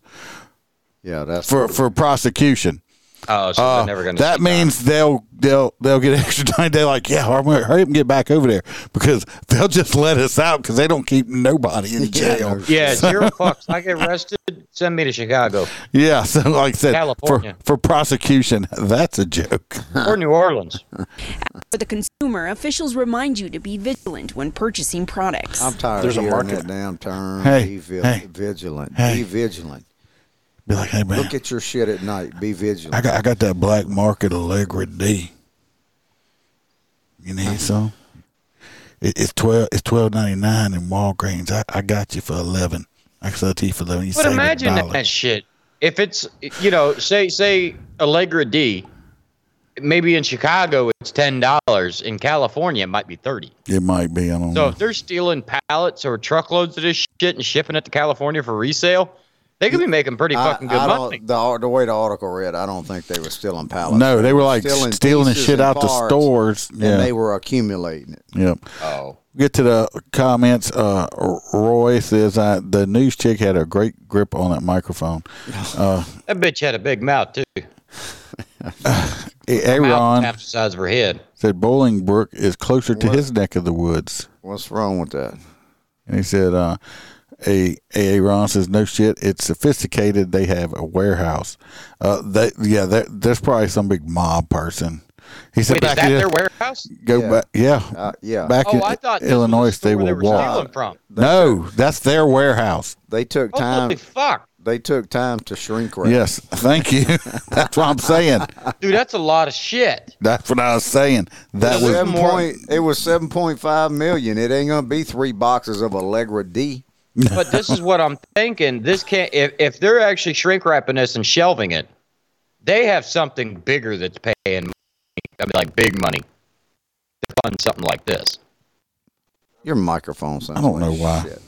yeah, that's
for, for prosecution.
Oh, so
Uh,
they're never going to.
that means they'll they'll they'll get extradited. They're like, yeah, I'm gonna hurry up and get back over there because they'll just let us out because they don't keep nobody in jail.
no
Yeah,
Yeah, zero fucks. I get arrested. Send me to Chicago
so like I said, for,
California.
for prosecution, that's a joke.
or New Orleans.
For the consumer, officials remind you to be vigilant when purchasing products.
Um,
I'm tired
There's a
of hearing
market.
that damn term.
Hey,
be vi-
hey,
vigilant.
hey.
Be vigilant.
Be like, hey man,
Look at your shit at night. Be vigilant.
I got I got that black market Allegra D. You
Uh-huh.
need some? It, it's twelve it's twelve ninety nine in Walgreens. I, I got you for eleven. I can sell it to you for eleven. You
But
saved a
imagine
dollar.
that shit. If it's you know, say say Allegra D, maybe in Chicago it's ten dollars. In California it might be thirty.
It might be. I don't
So
know.
if they're stealing pallets or truckloads of this shit and shipping it to California for resale, they could be making pretty
I-
fucking good
I
money.
don't, the, ar- the way the article read, I don't think they were stealing pallets.
No, they were like
stealing
stealing, the
pieces
shit
and
out the
parts,
stores.
and
yeah.
they were accumulating it.
yep.
Oh,
Get to the comments. Uh, Roy says uh, the news chick had a great grip on that microphone.
that bitch had a big mouth too. Mouth
Aaron
half the size of her head.
said Bolingbrook is closer to his neck of the woods,
What's wrong with that?
and he said, uh, "A Aaron says no shit. It's sophisticated. They have a warehouse. Uh, they yeah, that, there's probably some big mob person." He said
Wait, is
back
that
in
their warehouse?
go
Yeah.
back yeah
Uh, yeah.
back
Oh,
in
I thought this was a
Illinois
store
they
they
will
were
walk.
stealing from.
No, that's their warehouse.
They took time.
Holy fuck,
They took time to shrink wrap.
Yes, thank you. That's what I'm saying.
dude, that's a lot of shit.
That's what I was saying. That was
Seven point, it was seven point five million. It ain't gonna be three boxes of Allegra D.
But this is what I'm thinking. This can't. If, if they're actually shrink wrapping this and shelving it, they have something bigger that's paying. Money. I mean, like big money to fund something like this.
Your microphone sounds.
I don't
like
know why.
shit.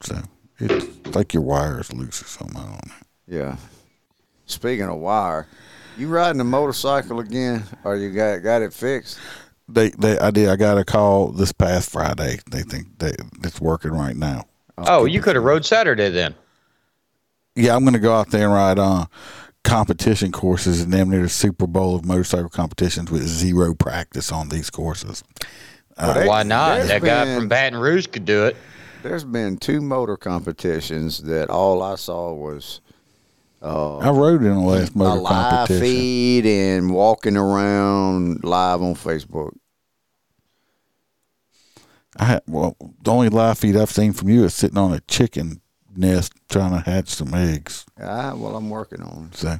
so it's like your wire is loose or something. I don't know.
Yeah. Speaking of wire, you riding a motorcycle again, or you got got it fixed?
They, they, I did. I got a call this past Friday. They think they it's working right now.
Oh, you could have rode Saturday then.
Yeah, I'm gonna go out there and ride on competition courses and damn near the Super Bowl of motorcycle competitions with zero practice on these courses.
Well,
Uh, Why
they-
not?
Oh, there's
That guy
been-
from Baton Rouge could do it.
There's been two motor competitions that all I saw was
I rode in the last
Oh. a
motor
live
competition.
feed and walking around live on Facebook.
I had, well, the only live feed I've seen from you is sitting on a chicken nest trying to hatch some eggs.
Ah, well, I'm working on it.
So,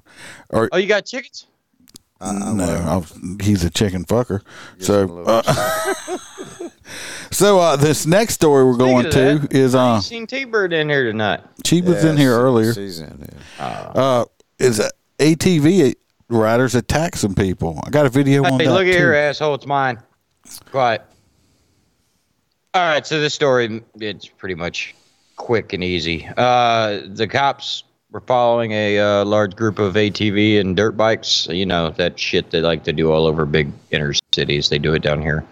or
Oh, you got chickens?
no, I was, he's a chicken fucker. So,
Lord.
so uh, this next story we're
Speaking
going
of
to
that,
is
I
uh,
ain't seen T Bird in here tonight.
she was in
Yeah,
here
she-
earlier.
She's in there.
Uh, is uh, ATV riders attack some people? I got a video on
Hey,
that
look at
too.
here, asshole. It's mine. Quiet. All right. So this story, it's pretty much quick and easy. Uh, the cops we're following a uh, large group of ATV and dirt bikes. You know that shit they like to do all over big inner cities. They do it down here.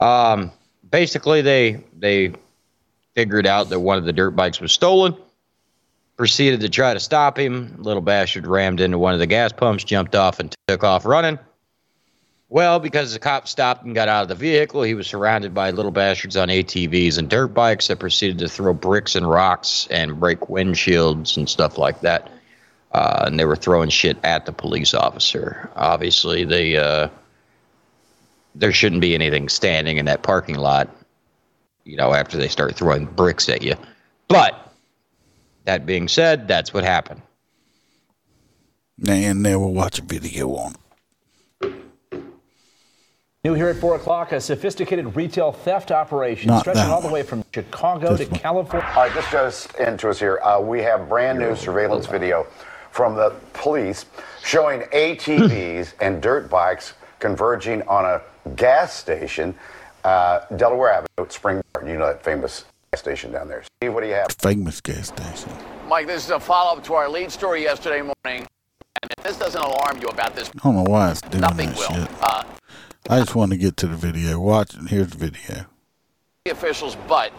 Um, basically, they they figured out that one of the dirt bikes was stolen. Proceeded to try to stop him. Little bastard rammed into one of the gas pumps, jumped off, and took off running. Well, because the cop stopped and got out of the vehicle, he was surrounded by little bastards on ATVs and dirt bikes that proceeded to throw bricks and rocks and break windshields and stuff like that. Uh, and they were throwing shit at the police officer. Obviously, they uh, there shouldn't be anything standing in that parking lot, you know, after they start throwing bricks at you. But that being said, that's what happened.
And they will watch a video on. it.
New here at 4 o'clock, a sophisticated retail theft operation
Not
stretching
that
all the way from Chicago to California.
All right, this goes into us here. Uh, we have brand new surveillance video from the police showing ATVs and dirt bikes converging on a gas station, uh, Delaware Avenue, Spring Garden. You know that famous gas station down there. Steve, what do you have?
Famous gas station.
Mike, this is a follow-up to our lead story yesterday morning. And if this doesn't alarm you about this,
I don't know why it's doing
nothing
that
will.
shit.
Uh,
I just want to get to the video. Watch it. Here's the video.
the officials, but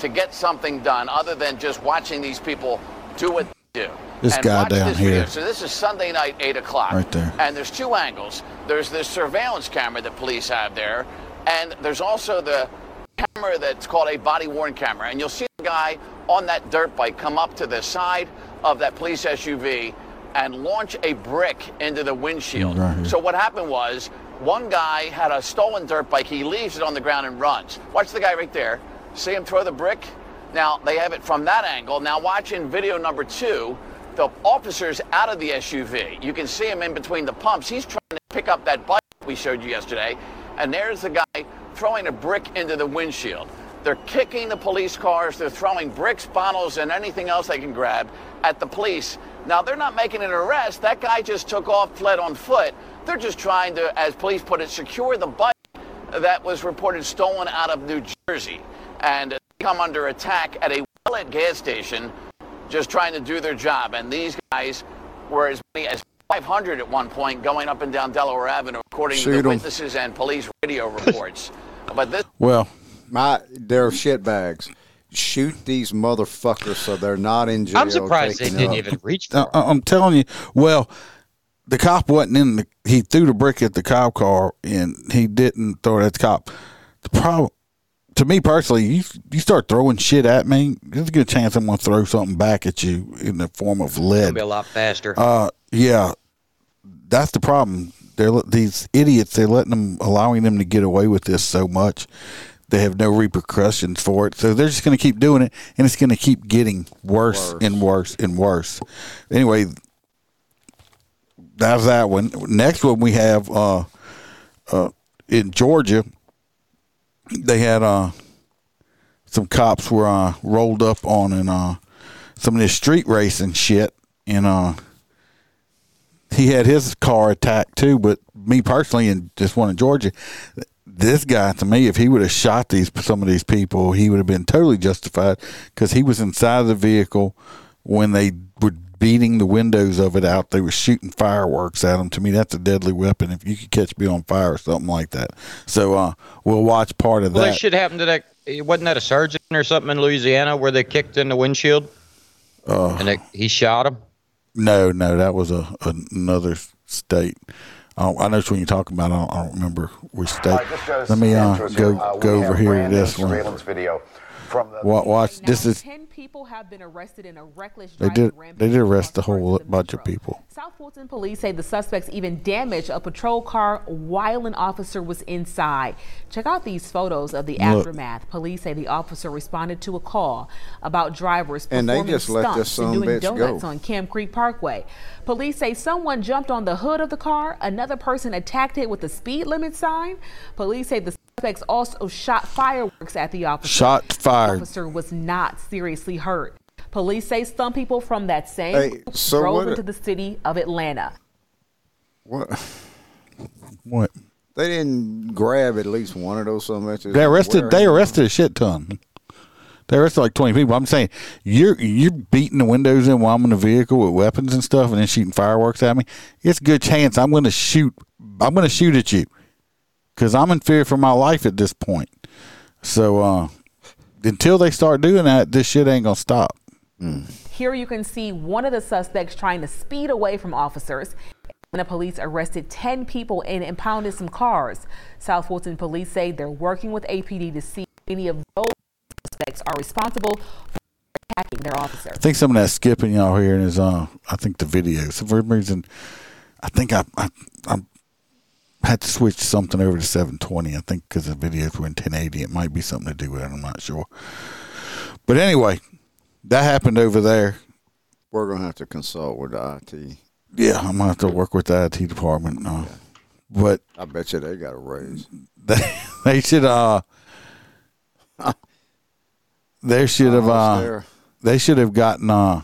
to get something done other than just watching these people do what they do.
This
and
guy
watch
down
this video.
here.
So this is Sunday night, eight o'clock.
Right there.
And there's two angles. There's this surveillance camera that police have there, and there's also the camera that's called a body worn camera. And you'll see the guy on that dirt bike come up to the side of that police SUV and launch a brick into the windshield.
Right here.
So what happened was one guy had a stolen dirt bike. He leaves it on the ground and runs. Watch the guy right there. See him throw the brick? Now they have it from that angle. Now watch in video number two, the officer's out of the SUV. You can see him in between the pumps. He's trying to pick up that bike we showed you yesterday. And there's the guy throwing a brick into the windshield. They're kicking the police cars. They're throwing bricks, bottles, and anything else they can grab at the police. Now, they're not making an arrest. That guy just took off, fled on foot. They're just trying to, as police put it, secure the bike that was reported stolen out of New Jersey. And uh, they come under attack at a well lit gas station just trying to do their job. And these guys were as many as 500 at one point going up and down Delaware Avenue, according
Shoot
to
'em.
witnesses and police radio reports. but this
Well,
my they're shit bags. Shoot these motherfuckers so they're not in jail.
I'm surprised they
taken
didn't
up.
even reach
I, I- I'm telling you. Well, the cop wasn't in the. He threw the brick at the cop car, and he didn't throw it at the cop. The problem, to me personally, you you start throwing shit at me, there's a good chance I'm gonna throw something back at you in the form of
It'll
lead.
be a lot faster.
Uh, yeah, that's the problem. They're let- these idiots. They're letting them, allowing them to get away with this so much. They have no repercussions for it, so they're just going to keep doing it, and it's going to keep getting worse, and worse and worse. Anyway, that's that one. Next one we have uh, uh, in Georgia. They had uh, some cops were uh, rolled up on in uh, some of this street racing shit, and uh, he had his car attacked too. But me personally, and just one in Georgia, this guy to me, if he would have shot these some of these people, he would have been totally justified because he was inside of the vehicle when they were beating the windows of it out. They were shooting fireworks at them. To me, that's a deadly weapon. If you could catch me on fire or something like that, so uh, we'll watch part of
Well, that
that.
shit happened to that. Wasn't that a sergeant or something in Louisiana where they kicked in the windshield
Uh,
and they, he shot him?
No, no, that was a, another state. Oh, I know which one you're talking about. I don't, I don't remember which
All
state.
right, this goes
Let me uh,
into us
go
here. Uh, we
go
have
over here to
brand new
this one.
Surveillance video from the
Watch, watch. This is
Ten people have been arrested in a reckless
they
driving
did
rampage.
they did arrest a whole bunch of people.
South Fulton police say the suspects even damaged a patrol car while an officer was inside. Check out these photos of the
Look.
aftermath. Police say the officer responded to a call about drivers
And they
performing
just let this
stunts and
son
doing
bitch go.
donuts on Cam Creek Parkway. Police say someone jumped on the hood of the car. Another person attacked it with a speed limit sign. Police say the suspects also shot fireworks at the officer.
Shot fired.
Officer was not seriously hurt. Police say some people from that same
Hey,
group
so
drove
what-
into the city of Atlanta.
What?
What?
They didn't grab at least one of those some bitches.
They
and
arrested
wear
they
him.
arrested a shit ton. They arrested like twenty people. I'm saying you're you're beating the windows in while I'm in the vehicle with weapons and stuff, and then shooting fireworks at me. It's a good chance I'm going to shoot. I'm going to shoot at you because I'm in fear for my life at this point. So uh, until they start doing that, this shit ain't going to stop. Mm.
Here you can see one of the suspects trying to speed away from officers. And the police arrested 10 people and impounded some cars. South Fulton police say they're working with APD to see if any of those suspects are responsible for attacking their officer.
I think some of that skipping y'all hearing is, uh, I think the video. So for some reason, I think I, I, I had to switch something over to 720. I think because the videos were in 1080, it might be something to do with it. I'm not sure. But anyway, that happened over there.
We're gonna have to consult with the IT.
Yeah, I'm gonna have to work with the IT department. Uh, yeah. But
I bet you they got a raise.
They, they should. Uh, they should
Oh,
have. Uh, they should have gotten. Uh,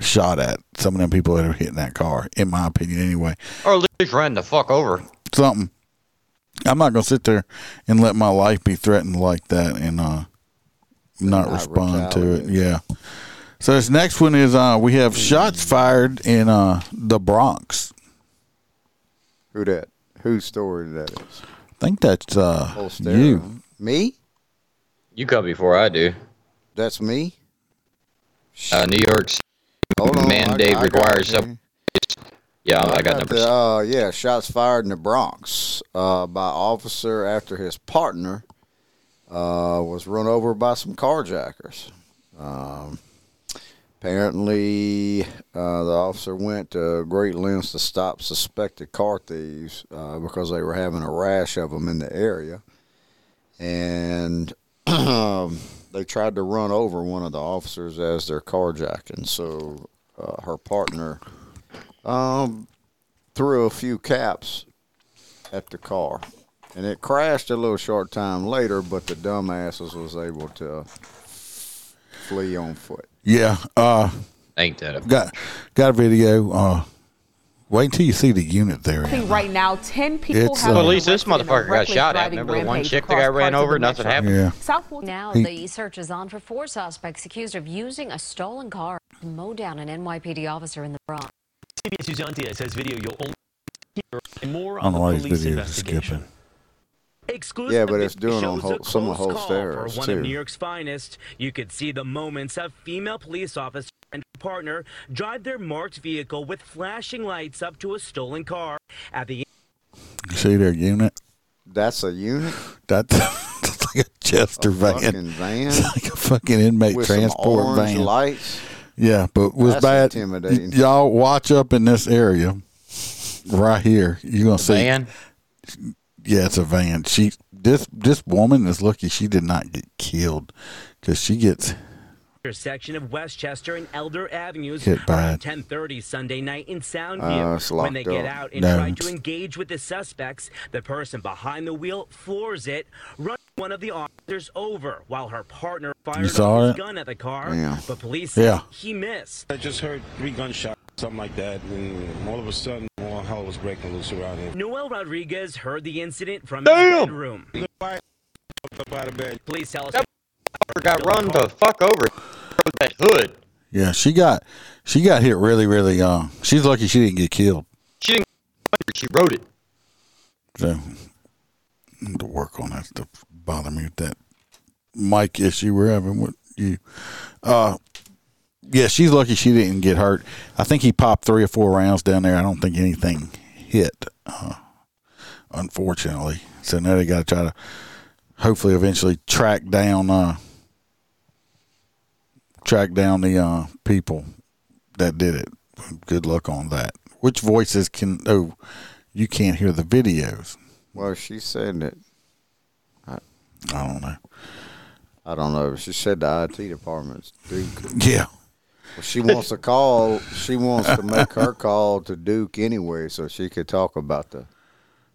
shot at some of them people that are hitting that car, in my opinion, anyway.
Or at least ran the fuck over.
Something. I'm not gonna sit there and let my life be threatened like that and uh not, not respond retaliate. to it. Yeah. So this next one is uh we have shots fired in uh the Bronx.
Who that? Whose story that is?
I think that's uh Holster. you.
Me?
You come before I do.
That's me.
Uh, New York City on, mandate I, I requires up. Yeah, I, I got, got numbers.
The, uh, yeah, shots fired in the Bronx uh, by officer after his partner uh, was run over by some carjackers. Um, apparently, uh, the officer went to great lengths to stop suspected car thieves uh, because they were having a rash of them in the area, and. um, they tried to run over one of the officers as they're carjacking. So uh, her partner um, threw a few caps at the car, and it crashed a little short time later. But the dumbasses was able to flee on foot.
Yeah, uh,
ain't that a
got got a video. Uh, wait until you see the unit there. uh,
Right now, ten people.
It's, have well, at least this motherfucker got shot at. Remember the one chick that got ran over? Nothing happened.
Yeah.
Now the search is on for four suspects accused of using a stolen car to mow down an NYPD officer in the Bronx.
CBS Suzanne Diaz has video you'll only hear more
on
the
police videos investigation.
Exclusive
yeah, but it's doing on whole, some of Holt's
For one
too.
of New York's finest, you could see the moments of female police officers and partner drive their marked vehicle with flashing lights up to a stolen car at the
you see their unit
that's a unit
that's like a chester a van.
van
it's like a fucking inmate
with
transport van
lights
yeah but was
that's
bad
intimidating.
Y- y'all watch up in this area right here you're gonna
a
see
van
yeah it's a van she this this woman is lucky she did not get killed because she gets
section of Westchester and Elder Avenues
Hit by
around 10:30 Sunday night in
Uh,
Soundview.
it's
when they
locked
get
up.
out and
No.
try to engage with the suspects, the person behind the wheel floors it, runs one of the officers over while her partner fires
saw
his
it?
gun at the car.
Damn.
But police
Yeah.
say he missed.
I just heard three gunshots, something like that, and all of a sudden, all hell was breaking loose around here.
Noel Rodriguez heard the incident from
Damn.
his bedroom.
Up out of bed.
Police tell us
Got run the fuck over. That hood.
yeah she got she got hit really really young she's lucky she didn't get killed
She didn't. She wrote it.
So I need to work on that to bother me with that mic issue we're having with you. Uh yeah, she's lucky she didn't get hurt. I think he popped three or four rounds down there. I don't think anything hit, uh, unfortunately. So now they got to try to hopefully eventually track down uh, track down the uh, people that did it. Good luck on that. Which voices can? Oh, you can't hear the videos.
well she said that
I don't know.
i don't know she said the it department's duke
Yeah.
Well, she wants to call. She wants to make her call to Duke anyway, so she could talk about the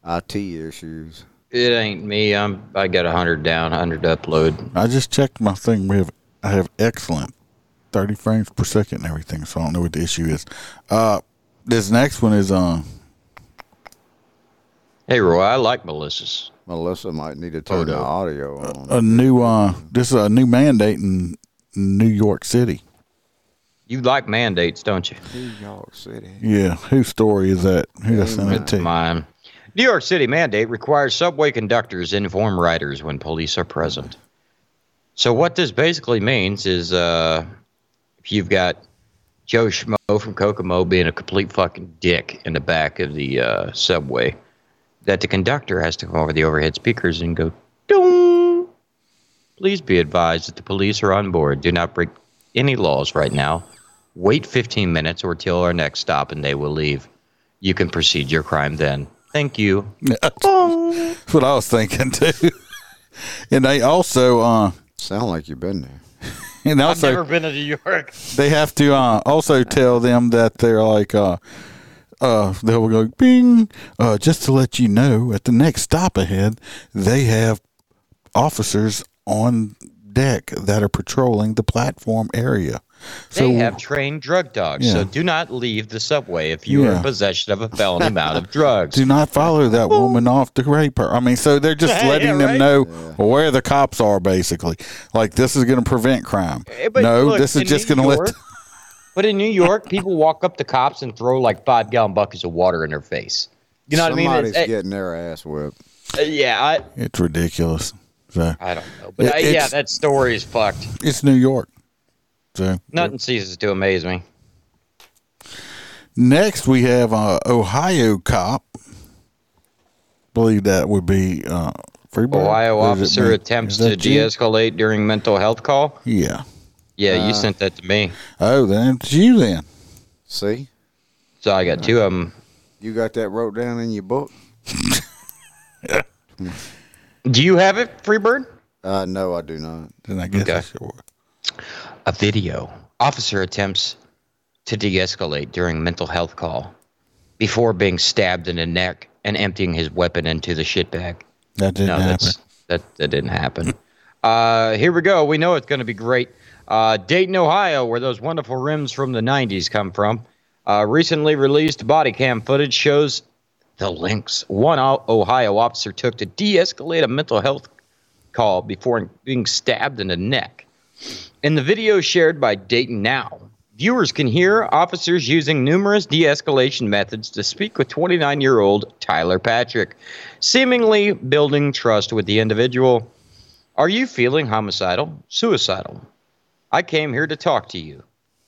IT issues.
It ain't me. I'm. I got hundred down, hundred upload.
I just checked my thing. We have I have excellent thirty frames per second and everything, so I don't know uh, what the issue is. Uh this next one is um
Hey, Roy, I like Melissa's.
Melissa might need to turn the audio on.
A new uh, this is a new mandate in New York City.
You like mandates, don't you?
New York City.
Yeah, whose story is that? Who I sent it to?
Mine. Uh, New York City mandate requires subway conductors inform riders when police are present. So what this basically means is, uh, if you've got Joe Schmo from Kokomo being a complete fucking dick in the back of the uh, subway, that the conductor has to come over the overhead speakers and go, "Dong." Please be advised that the police are on board. Do not break any laws right now. Wait 15 minutes or till our next stop, and they will leave. You can proceed your crime then. Thank you.
That's what I was thinking too. and they also uh,
sound like you've been there.
And also,
I've never been to New York.
They have to uh, also tell them that they're like. Uh, uh, they'll go bing. Uh, just to let you know, at the next stop ahead, they have officers on deck that are patrolling the platform area.
They have trained drug dogs, so
Yeah.
do not leave the subway if you are
Yeah.
in possession of a felony amount of drugs.
Do not follow that woman off to rape her. I mean, so they're just
Yeah,
letting
Oh. right.
them know where the cops are, basically. Like this is going to prevent crime.
Eh, but
no,
look,
this is
in
just
New
going to let.
York- But in New York, people walk up to cops and throw like five gallon buckets of water in their face. You know
Somebody's
what I mean? It's-
getting their ass whipped.
eh, yeah, I,
It's ridiculous. So
I don't know, but
It-
I, yeah,
it's-
that story is fucked.
it's New York. So
Nothing ceases to amaze me.
next we have uh, Ohio cop. believe that would be uh, Freeburg.
Ohio
Or is it
officer
me?
attempts
Is that
to
you?
de-escalate during mental health call.
Yeah.
Yeah,
Uh,
you sent that to me,
Oh, then it's you then.
See,
so I got two of them.
you got that wrote down in your book?
Do you have it, Freebird?
Uh, no, I do not.
Then I guess
Okay.
I should work.
A video. Officer attempts to de escalate during mental health call before being stabbed in the neck and emptying his weapon into the shitbag.
That didn't
no,
happen.
that's, that, that didn't happen. uh, here we go. We know it's going to be great. Uh, Dayton, Ohio, where those wonderful rims from the 90s come from. Uh, recently released body cam footage shows the links one O- Ohio officer took to de escalate a mental health call before being stabbed in the neck. In the video shared by Dayton Now, viewers can hear officers using numerous de escalation methods to speak with 29 year old Tyler Patrick, seemingly building trust with the individual. Are you feeling homicidal, suicidal? I came here to talk to you.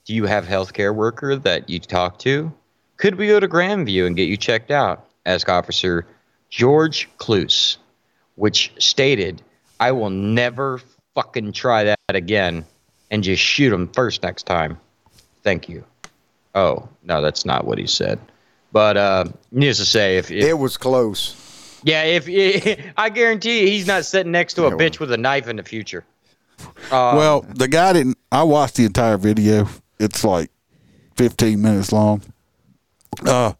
Do you have healthcare worker that you talk to? Could we go to Grandview and get you checked out? Asked Officer George Cluse, which stated, I will never fucking try that again and just shoot him first next time. Thank you. Oh, no, that's not what he said. But uh, needless to say, if, if
It was close.
yeah, if, I guarantee you, he's not sitting next to a bitch with a knife in the future. Uh,
well, the guy didn't. I watched the entire video. It's like 15 minutes long. Uh,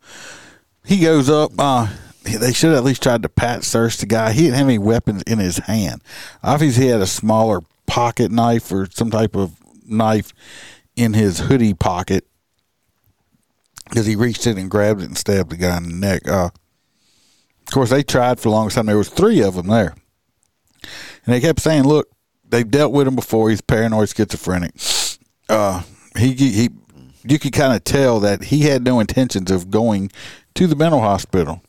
he goes up. Uh, they should at least tried to pat search the guy. He didn't have any weapons in his hand. Obviously, he had a smaller pocket knife or some type of knife in his hoodie pocket because he reached in and grabbed it and stabbed the guy in the neck. Uh, of course, they tried for a long time. There was three of them there. And they kept saying, "Look, they've dealt with him before. He's paranoid, schizophrenic. Uh, he he, you could kind of tell that he had no intentions of going to the mental hospital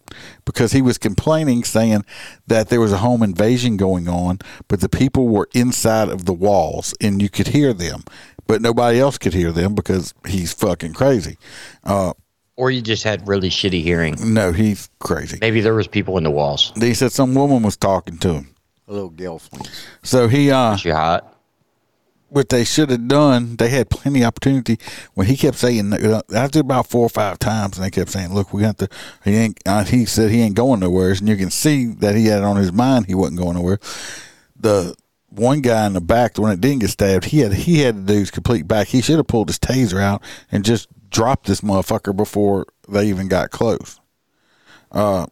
because he was complaining, saying that there was a home invasion going on, but the people were inside of the walls and you could hear them, but nobody else could hear them because he's fucking crazy. Uh,
or you just had really shitty hearing.
No, he's crazy.
Maybe there was people in the walls.
They said some woman was talking to him.
A little gelfling.
So he uh
she hot.
What they should have done, they had plenty of opportunity. When he kept saying after about four or five times, and they kept saying, "Look, we got to." He ain't. Uh, he said he ain't going nowhere, and you can see that he had it on his mind. He wasn't going nowhere. The one guy in the back, the one that didn't get stabbed, he had he had to do his complete back. He should have pulled his taser out and just dropped this motherfucker before they even got close. Uh,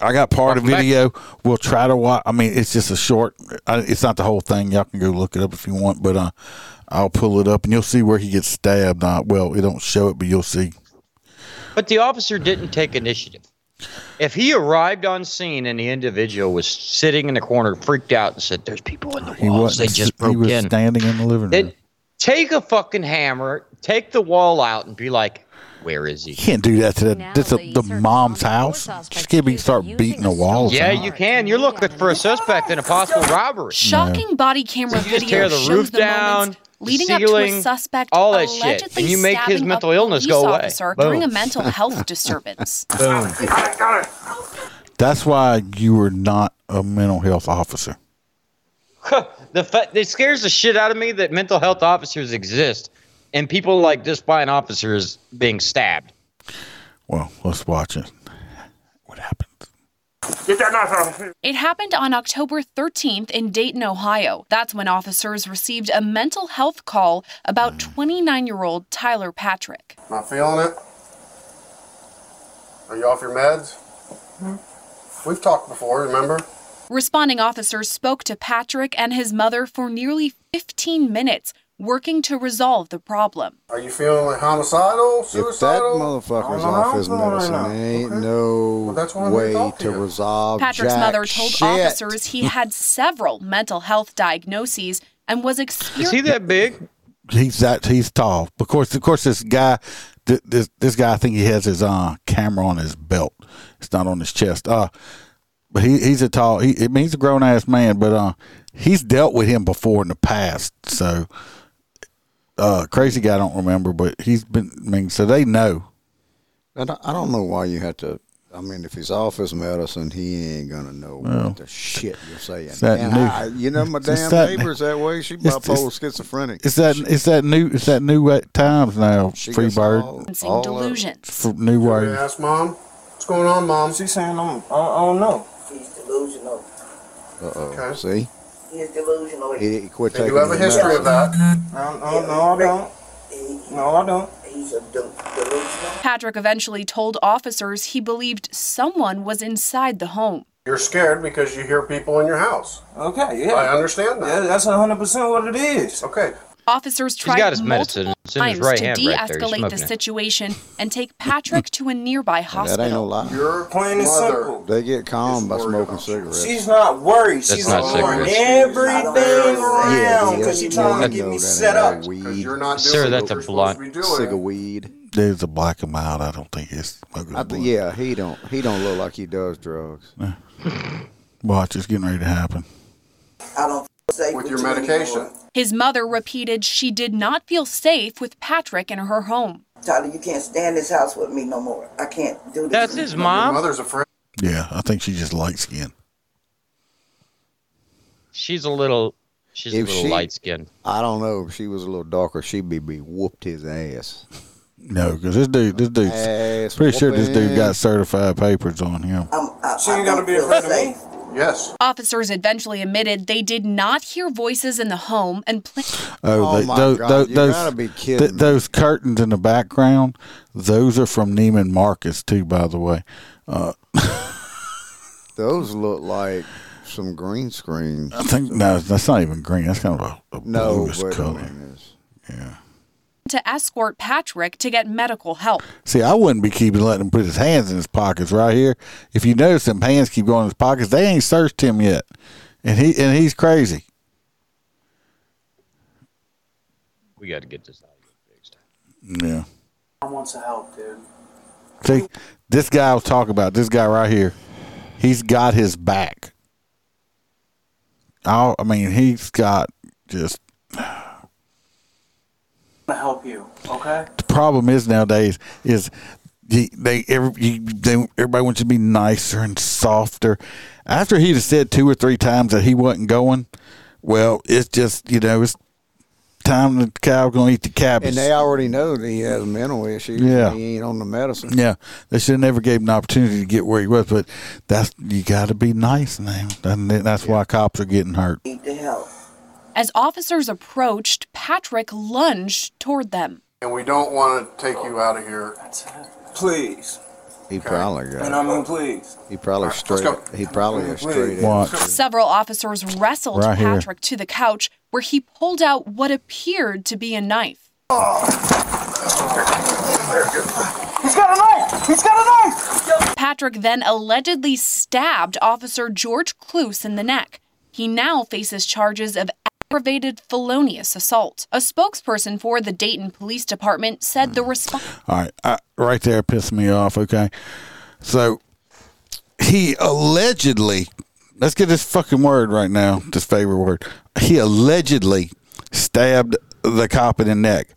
I got part of video. We'll try to watch. I mean, it's just a short. I, it's not the whole thing. Y'all can go look it up if you want, but uh, I'll pull it up and you'll see where he gets stabbed. Uh, well, it don't show it, but you'll see.
But the officer didn't take initiative. If he arrived on scene and the individual was sitting in the corner, freaked out, and said, "There's people in the
He
walls. They
wasn't.
just
he
broke
was
in."
standing in the living room.
Then take a fucking hammer, take the wall out, and be like, "Where is he?"
You can't do that to the, that's a, the mom's house. She can't be start beating a wall. or
Yeah,
something.
you can. You're looking for a suspect in a possible robbery.
Shocking body camera
You just
video
tear the
shows
roof
the
down,
moments leading up to
ceiling,
a suspect
all that
allegedly
shit, and you make his
stabbing a
mental illness go
police
away.
officer
Boom.
during a mental health disturbance.
Boom. That's why you were not a mental health officer.
The fa- it scares the shit out of me that mental health officers exist, and people like this fine officer is being stabbed.
Well, let's watch it.
Get that knife out of here.
It happened on October 13th in Dayton, Ohio. That's when officers received a mental health call
Mm.
about 29 year old Tyler Patrick.
Not feeling it? Are you off your meds? We've talked before, remember?
Responding officers spoke to Patrick and his mother for nearly 15 minutes, working to resolve the problem.
Are you feeling like homicidal,
If that
suicidal? I don't
motherfucker's off
know.
his
I don't
medicine,
know.
there ain't no
that's why I'm here to
way
talk to
to
you.
resolve
Patrick's
jack
mother told
shit.
officers he had several mental health diagnoses and was experiencing.
big?
He's that he's tall. Of course, of course, this guy, th- this this guy, I think he has his uh, camera on his belt. It's not on his chest. Uh, but he he's a tall. He I mean, he's a grown ass man. But uh, he's dealt with him before in the past. So, uh, crazy guy. I don't remember, but he's been. I mean, so they know.
I don't, I don't know why you had to. I mean, if he's off his medicine, he ain't gonna know
Well,
what the shit you're saying.
it's that
and
new-
I, you know, my
it's- it's
damn
that-
neighbor's that way. She
it's-
bipolar
it's-
schizophrenic.
It's that it's that new it's that new at times now.
She
Free
gets
bird.
all- all up. Delusions.
F- new
You
word.
ask mom? What's going on, mom? She's saying, I'm, I, I don't know. She's delusional.
Uh oh. See,
He's delusional.
he, he quit
They
taking.
do have a
his
history of
medicine.
that.
No, no, no, I don't. No, I don't. He's a
Patrick eventually told officers he believed someone was inside the home.
You're scared because you hear people in your house.
Okay, yeah.
I understand that.
Yeah, that's 100% what it is.
Okay.
Officers
He's got
tried
his
multiple
medicine. It's in his
times
right
to
hand
de
right there. He's
escalate the
smoking it.
situation and take Patrick to a nearby hospital.
That ain't no lie.
You're plain and simple.
They get calm by smoking cigarettes.
She's not worried.
That's
She's
not
throwing
cigarettes.
everything around
yeah,
because
you
she's trying
wouldn't
to get
know
me
that
set
ain't no
up.
weed.
Sir, that's a blunt.
Cig of weed.
There's a black and mild. I don't think it's smoking.
I th- yeah, he don't. He don't look like he does drugs.
Watch, it's getting ready to happen.
With your medication.
His mother repeated she did not feel safe with Patrick in her home.
Tyler, you can't stay in this house with me no more. I can't do this.
That's his mom? Your mother's
afraid.
Yeah, I think she just light skinned.
She's a little, she's a
If
little
she-
light skinned.
I don't know. If she was a little darker, she'd be, be whooped his ass.
No, because this dude, this dude's
Ass
pretty sure this dude
whooping. Oh
got certified papers on him.
She ain't gonna be afraid of me.
Yes.
Officers eventually admitted they did not hear voices in the home and pla-
Oh,
Oh
they,
my
those,
God,
those,
you
those,
gotta be
th-
kidding me.
those curtains in the background, those are from Neiman Marcus too. By the way, uh,
Those look like some green screen.
I think no, that's not even green. That's kind of a, a
Uh, No,
bluish
but I
color.
to escort Patrick to get medical help.
See, I wouldn't be keeping letting him put his hands in his pockets right here. If you notice, them hands keep going in his pockets. They ain't searched him yet, and he and he's crazy.
We got to get this out.
Yeah.
I want to help, dude.
See, this guy I was talking about, this guy right here, he's got his back. I, I mean, he's got just
I want to help you, okay?
the problem is nowadays is they, they, every, you, they everybody wants you to be nicer and softer. After he'd have said two or three times that he wasn't going, well, it's just you know it's time the cow gonna eat the cabbage.
And they already know that he has mental issues.
Yeah.
and he ain't on the medicine.
Yeah, they should have never gave him an opportunity to get where he was. But that's you got to be nice now, and that's why cops are getting hurt.
As officers approached, Patrick lunged toward them.
And we don't want to take you out of here.
Please.
He probably
And I
got.
mean, please.
He probably straight. He probably is straight.
Watch.
Several officers wrestled
Right here.
Patrick to the couch where he pulled out what appeared to be a knife.
He's got a knife! He's got a knife!
Patrick then allegedly stabbed Officer George Cluse in the neck. He now faces charges of aggravated felonious assault. A spokesperson for the Dayton Police Department said the response.
All right, I, right there pissed me off. Okay, so he allegedly. Let's get this fucking word right now. This favorite word. He allegedly stabbed the cop in the neck.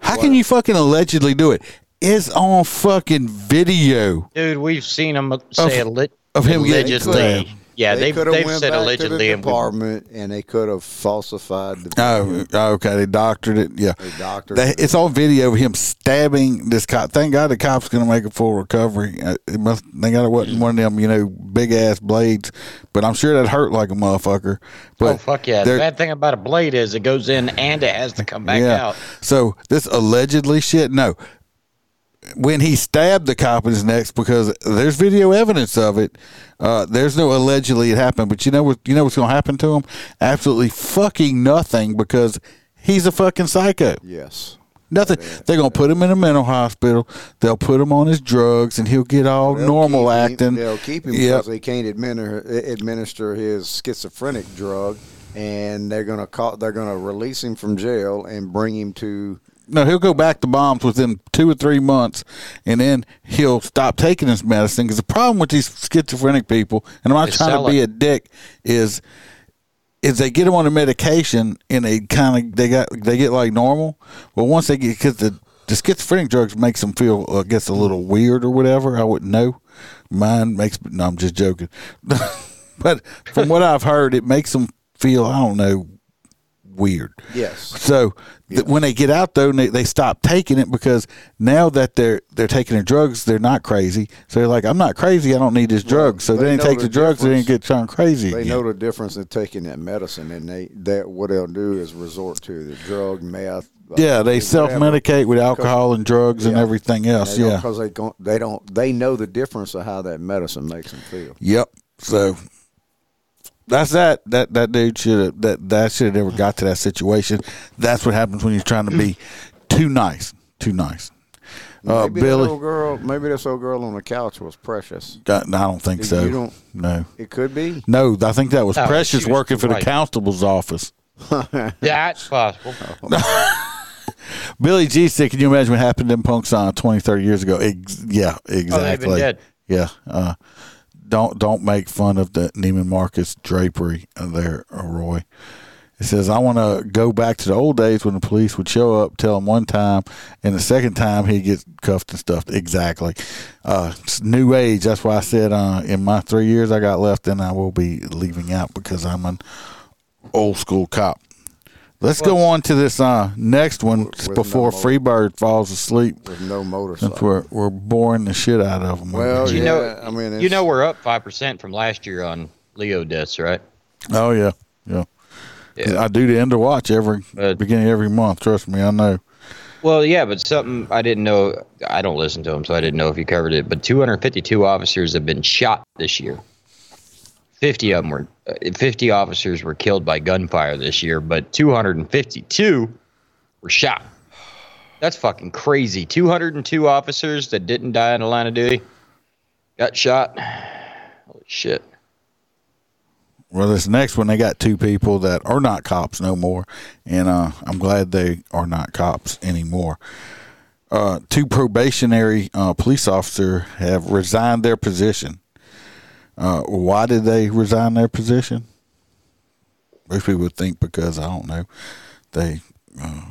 How can you fucking allegedly do it? It's on fucking video.
Dude, we've seen him say
Of-
alleg-
of him getting
allegedly.
stabbed.
Yeah, they
They coulda
have they've
went
said
back to
allegedly.
the
and we-
department, and they could have falsified the
Oh, okay. They doctored it. Yeah, they
doctored it.
It's on video of him stabbing this cop. Thank God the cop's going to make a full recovery. Uh, It must. Thank God it wasn't one of them, you know, big ass blades. But I'm sure that hurt like a motherfucker. But
oh fuck yeah! The
they're-
bad thing about a blade is it goes in and it has to come back out.
So this allegedly shit. No, when he stabbed the cop in his neck, because there's video evidence of it. Uh, there's no allegedly it happened, but you know what? You know what's going to happen to him? Absolutely fucking nothing, because he's a fucking psycho.
Yes.
Nothing. They're gonna put him in a mental hospital. They'll put him on his drugs, and he'll get all normal acting.
They'll keep him
Yep.
because they can't administer, administer his schizophrenic drug, and they're gonna call, they're gonna release him from jail and bring him to
No, he'll go back to bombs within two or three months, and then he'll stop taking his medicine. Because the problem with these schizophrenic people, and I'm not
They
trying
sell
to be
it.
a dick, is is they get them on a medication and they kind of they got they get like normal. Well, once they get because the the schizophrenic drugs makes them feel I guess a little weird or whatever. I wouldn't know. Mine makes no. I'm just joking. but from what I've heard, it makes them feel I don't know weird.
yes.
So th- when they get out though, and they, they stop taking it because now that they're they're taking their drugs, they're not crazy. So they're like, I'm not crazy. I don't need this drug. So they,
they
didn't
know
take
the
the drugs. They didn't get turned crazy.
They
again.
know the difference in taking that medicine, and they that what they'll do is resort to the drug, meth. uh,
yeah, they
whatever.
self medicate with alcohol and drugs and everything else.
they don't-
Yeah.
because they don't, they don't they know the difference of how that medicine makes them feel.
Yep. So that's that. That that dude should have that that should have never got to that situation. That's what happens when you're trying to be too nice. Too nice. Uh,
maybe
Billy.
that old girl, maybe this old girl on the couch was precious.
Uh, no, I don't think
You
so.
don't-
no.
It could be.
No, I think that was
No,
Precious
she was
working for the
right.
constable's office.
That's possible.
Billy G said, "Can you imagine what happened in punks on 20, 30 years ago?" Ex- yeah,
Oh,
exactly.
dead.
Yeah. Uh, don't don't make fun of the Neiman Marcus drapery there, uh, Roy. It says, "I want to go back to the old days when the police would show up, tell him one time, and the second time he gets cuffed and stuffed." Exactly. Uh, it's new age. That's why I said uh, in my three years I got left, and I will be leaving out because I'm an old school cop. Let's go on to this uh, next one
with
before
no-
Freebird falls asleep.
With no motorcycle.
Since we're, we're boring the shit out of him.
Well,
you
Oh, yeah,
know,
I mean,
you
it's-
know, we're up five percent from last year on Leo deaths, right?
Oh, yeah. Yeah. I do the end of watch every beginning of every month. Trust me, I know.
Well, yeah, but something I didn't know. I don't listen to him, so I didn't know if he covered it. But 252 officers have been shot this year. 50 of them were, uh, 50 officers were killed by gunfire this year, but 252 were shot. That's fucking crazy. 202 officers that didn't die in the line of duty got shot. Holy shit.
Well, this next one, they got two people that are not cops no more, and uh, I'm glad they are not cops anymore. Uh, two probationary uh, police officer have resigned their position. Uh, why did they resign their position? Most people would think because I don't know, they, uh,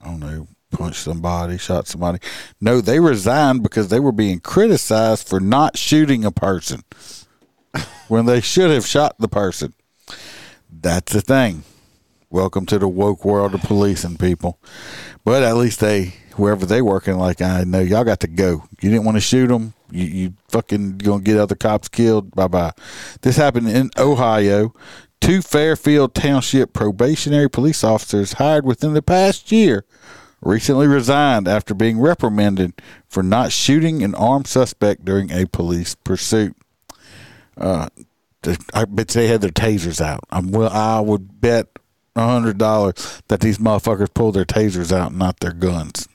I don't know, punched somebody, shot somebody. No, they resigned because they were being criticized for not shooting a person when they should have shot the person. That's the thing. Welcome to the woke world of policing, people. But at least they, wherever they working, like I know, y'all got to go. You didn't want to shoot them. You, you fucking gonna get other cops killed. Bye bye. This happened in Ohio. Two Fairfield Township probationary police officers hired within the past year recently resigned after being reprimanded for not shooting an armed suspect during a police pursuit uh, th- I bet they had their tasers out. I'm well, I would bet a hundred dollars that these motherfuckers pulled their tasers out, not their guns.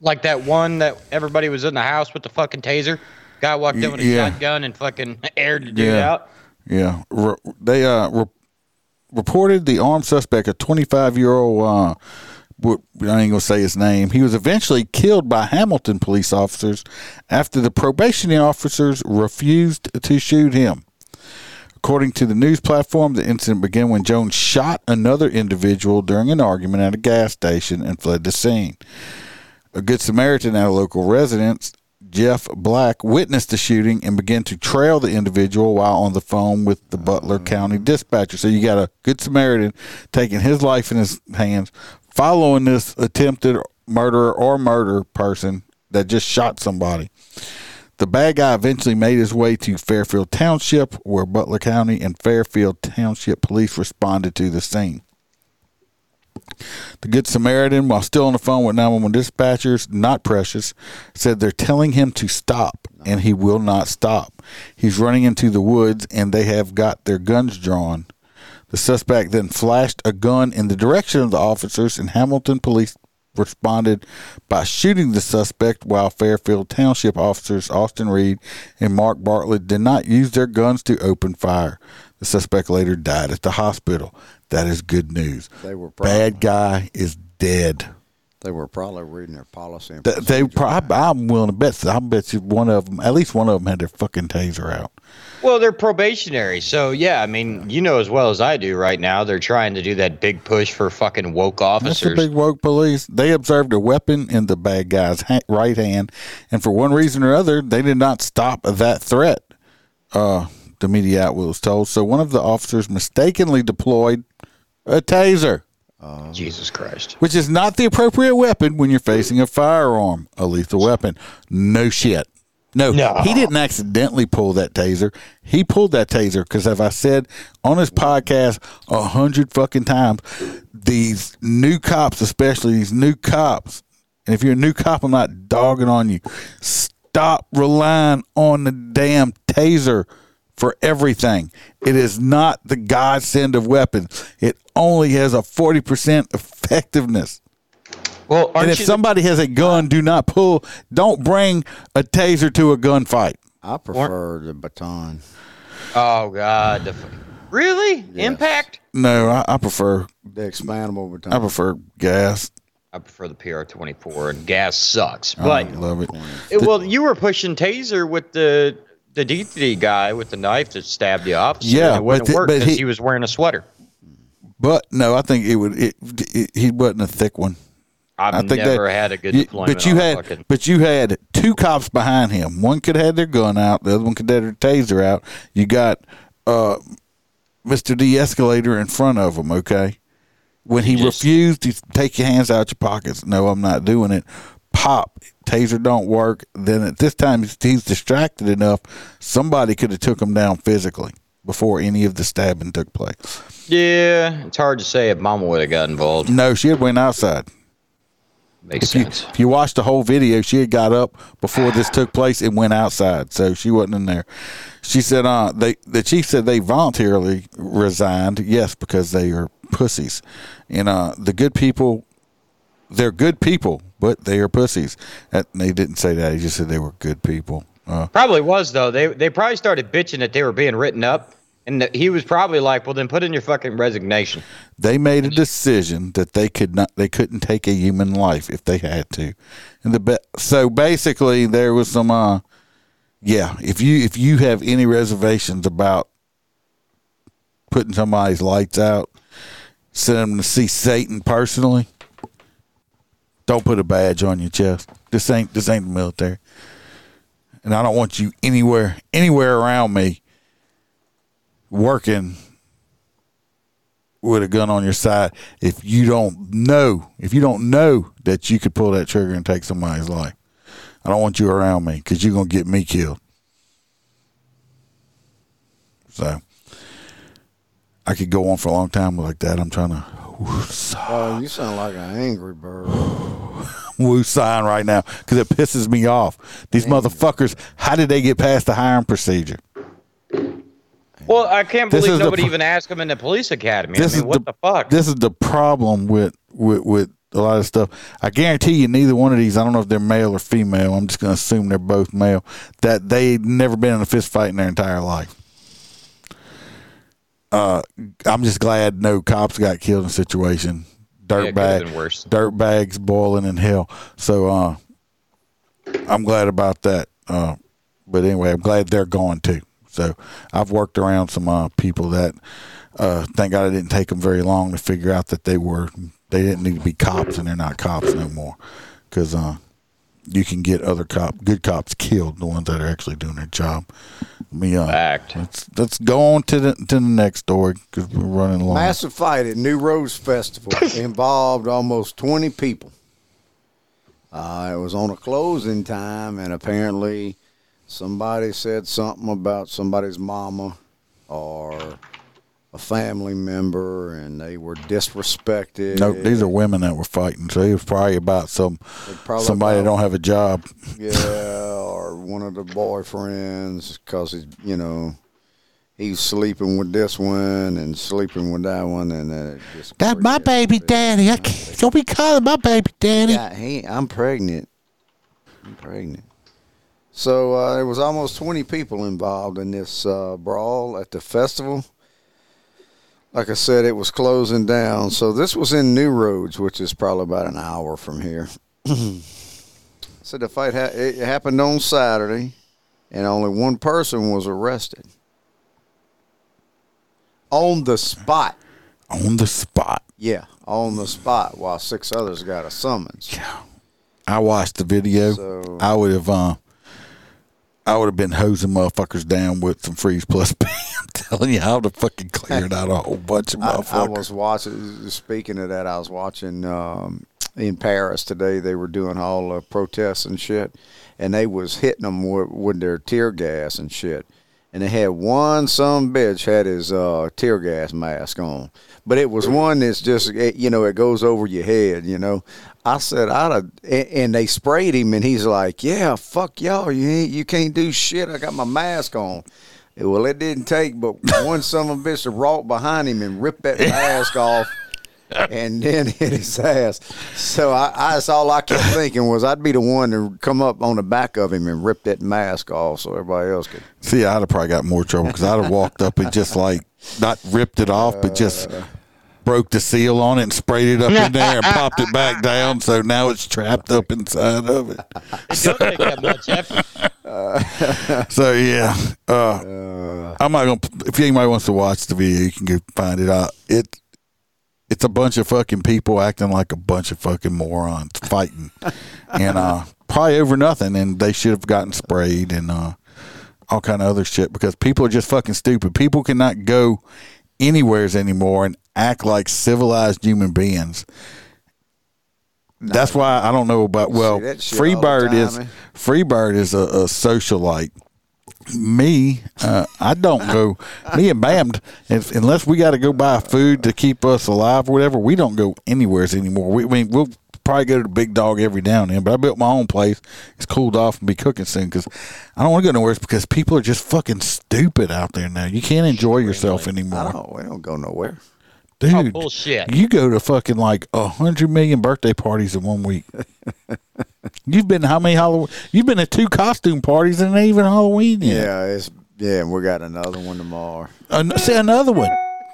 Like that one that everybody was in the house with the fucking taser. Guy walked in with a
Yeah.
shotgun and fucking aired the dude
Yeah.
out.
Yeah, Re- they uh, re- reported the armed suspect, a 25 year old. Uh, what- I ain't gonna say his name. He was eventually killed by Hamilton police officers after the probationary officers refused to shoot him. According to the news platform, the incident began when Jones shot another individual during an argument at a gas station and fled the scene. A Good Samaritan at a local residence, Jeff Black, witnessed the shooting and began to trail the individual while on the phone with the Butler County dispatcher. So you got a Good Samaritan taking his life in his hands, following this attempted murderer or murder person that just shot somebody. The bad guy eventually made his way to Fairfield Township, where Butler County and Fairfield Township police responded to the scene. The Good Samaritan, while still on the phone with 911 dispatchers, not Precious, said they're telling him to stop, and he will not stop. He's running into the woods, and they have got their guns drawn. The suspect then flashed a gun in the direction of the officers, and Hamilton police responded by shooting the suspect while Fairfield Township officers Austin Reed and Mark Bartlett did not use their guns to open fire. The suspect later died at the hospital. That is good news.
They were
Bad guy is dead.
They were probably reading their policy. And
Th- They, probably. I'm willing to bet. I bet you one of them, at least one of them, had their fucking taser out.
Well, they're probationary, so yeah. I mean, you know as well as I do right now, they're trying to do that big push for fucking woke
That's the
officers.
big woke police. They observed a weapon in the bad guy's ha- right hand, and for one reason or other, they did not stop that threat. Uh, the media outlet was told. So one of the officers mistakenly deployed a taser.
Jesus Christ.
Which is not the appropriate weapon when you're facing a firearm, a lethal weapon. No shit. No,
No.
he didn't accidentally pull that taser. He pulled that taser because, as I said on his podcast a hundred fucking times, these new cops, especially these new cops, and if you're a new cop, I'm not dogging on you. Stop relying on the damn taser for everything. It is not the godsend of weapons. It only has a 40% effectiveness.
Well,
and if somebody has a gun, do not pull. Don't bring a taser to a gunfight.
I prefer the baton.
Oh God, the f- really impact.
No, I, I prefer
the expandable baton.
I prefer gas.
I prefer the PR24, and gas sucks. But
I love it.
Eh, well, you were pushing taser with the the DTD guy with the knife that stabbed the officer.
Yeah,
and it wouldn't
but th-
work
but
'cause
he-
he, was wearing a sweater.
But no, I think it would. It, it, he wasn't a thick one.
I've
I think
never
that-
had a good
you-
deployment.
But you
on a
had,
fucking-
but you had two cops behind him. One could have their gun out. The other one could have their taser out. You got uh, Mister De-escalator in front of him. Okay, when he refused to take your hands out your pockets, no, I'm not doing it. Pop taser don't work. Then at this time he's- he's distracted enough. Somebody could have took him down physically before any of the stabbing took place.
yeah, it's hard to say if Mama would have got involved.
No, she had went outside.
Makes
if
sense.
You, if you watch the whole video, she had got up before this took place and went outside, so she wasn't in there. She said, "Uh, they the chief said they voluntarily resigned, yes, because they are pussies, and uh, the good people, they're good people, but they are pussies." That, they didn't say that; he just said they were good people. Uh,
Probably was though. They they probably started bitching that they were being written up, and that he was probably like, "Well, then put in your fucking resignation."
they made a decision that they could not they couldn't take a human life if they had to and the be- so basically there was some uh yeah if you if you have any reservations about putting somebody's lights out send them to see satan personally don't put a badge on your chest this ain't this ain't the military and i don't want you anywhere anywhere around me working with a gun on your side if you don't know if you don't know that you could pull that trigger and take somebody's life i don't want you around me because you're going to get me killed so i could go on for a long time like that i'm trying to
Oh, you sound like an angry bird.
woo sign right now because it pisses me off these motherfuckers how did they get past the hiring procedure
Well, I can't
This is
believe
the
nobody
pro-
even asked him in the police academy. I
This
mean,
is
what the fuck?
this is the problem with with with a lot of stuff. I guarantee you, neither one of these. I don't know if they're male or female. I'm just going to assume they're both male. That they never been in a fist fight in their entire life. Uh, I'm just glad no cops got killed in the situation.
Yeah,
Dirt
it could've
bag,
been worse.
dirt bags boiling in hell. So uh, I'm glad about that. Uh, but anyway, I'm glad they're going too. So I've worked around some uh, people that uh, thank God it didn't take them very long to figure out that they were they didn't need to be cops and they're not cops no more because uh, you can get other cop good cops killed the ones that are actually doing their job. Let me uh, Let's let's go on to the to the next story because we're running long.
Massive fight at New Rose Festival involved almost 20 people. Uh, it was on a closing time, and apparently somebody said something about somebody's mama or a family member, and they were disrespected.
No, these are women that were fighting, so it was probably about some
probably
somebody that
about-
don't have a job.
yeah, or one of the boyfriends, because he's you know he's sleeping with this one and sleeping with that one, and then it just
That's my baby daddy. I can't, don't be calling my baby daddy.
Yeah, he. I'm pregnant. I'm pregnant. So uh, there was almost 20 people involved in this uh, brawl at the festival. Like I said, it was closing down. So this was in New Roads, which is probably about an hour from here. so the fight ha- it happened on Saturday, and only one person was arrested on the spot.
On the spot.
Yeah, on the spot, while six others got a summons.
I watched the video.
So-
I would have uh, I would have been hosing motherfuckers down with some freeze plus P. I'm telling you, I would have fucking cleared out a whole bunch of
I,
motherfuckers.
I was watching. Speaking of that, I was watching um, in Paris today. They were doing all the protests and shit, and they was hitting them with, with their tear gas and shit. And they had one some bitch had his uh, tear gas mask on, but it was one that's just it, you know it goes over your head. You know, I said I'd have, and, and they sprayed him, and he's like, "Yeah, fuck y'all, you ain't, you can't do shit. I got my mask on." Well, it didn't take but one son of a bitch to walk behind him and rip that mask off and then hit his ass. So I, I that's all I kept thinking was I'd be the one to come up on the back of him and rip that mask off so everybody else could.
See, I'd have probably got more trouble because I'd have walked up and just like not ripped it off, but just
Uh.
broke the seal on it and sprayed it up in there and popped it back down. So now it's trapped up inside of it. So, so, yeah, uh, I'm not gonna. If anybody wants to watch the video, you can go find it out. It it's a bunch of fucking people acting like a bunch of fucking morons fighting, and uh, probably over nothing. And they should have gotten sprayed and uh, all kind of other shit because people are just fucking stupid. People cannot go anywheres anymore and act like civilized human beings. That's why I don't know about well,
that shit all the
Freebird
time,
is
man.
Freebird is a, a socialite me, uh, I don't go. Me and Bam, if, unless we got to go buy food to keep us alive or whatever, we don't go anywheres anymore. We, I mean, we'll probably go to the Big Dog every now and then. But I built my own place. It's cooled off and be cooking soon because I don't want to go nowhere because people are just fucking stupid out there now. You can't enjoy yourself anymore.
Oh, we don't go nowhere.
Dude,
oh, bullshit.
you go to fucking like a hundred million birthday parties in one week. You've been to how many Halloween? You've been to two costume parties and it ain't even Halloween yet.
Yeah, it's yeah, and we got another one tomorrow.
An- see another one.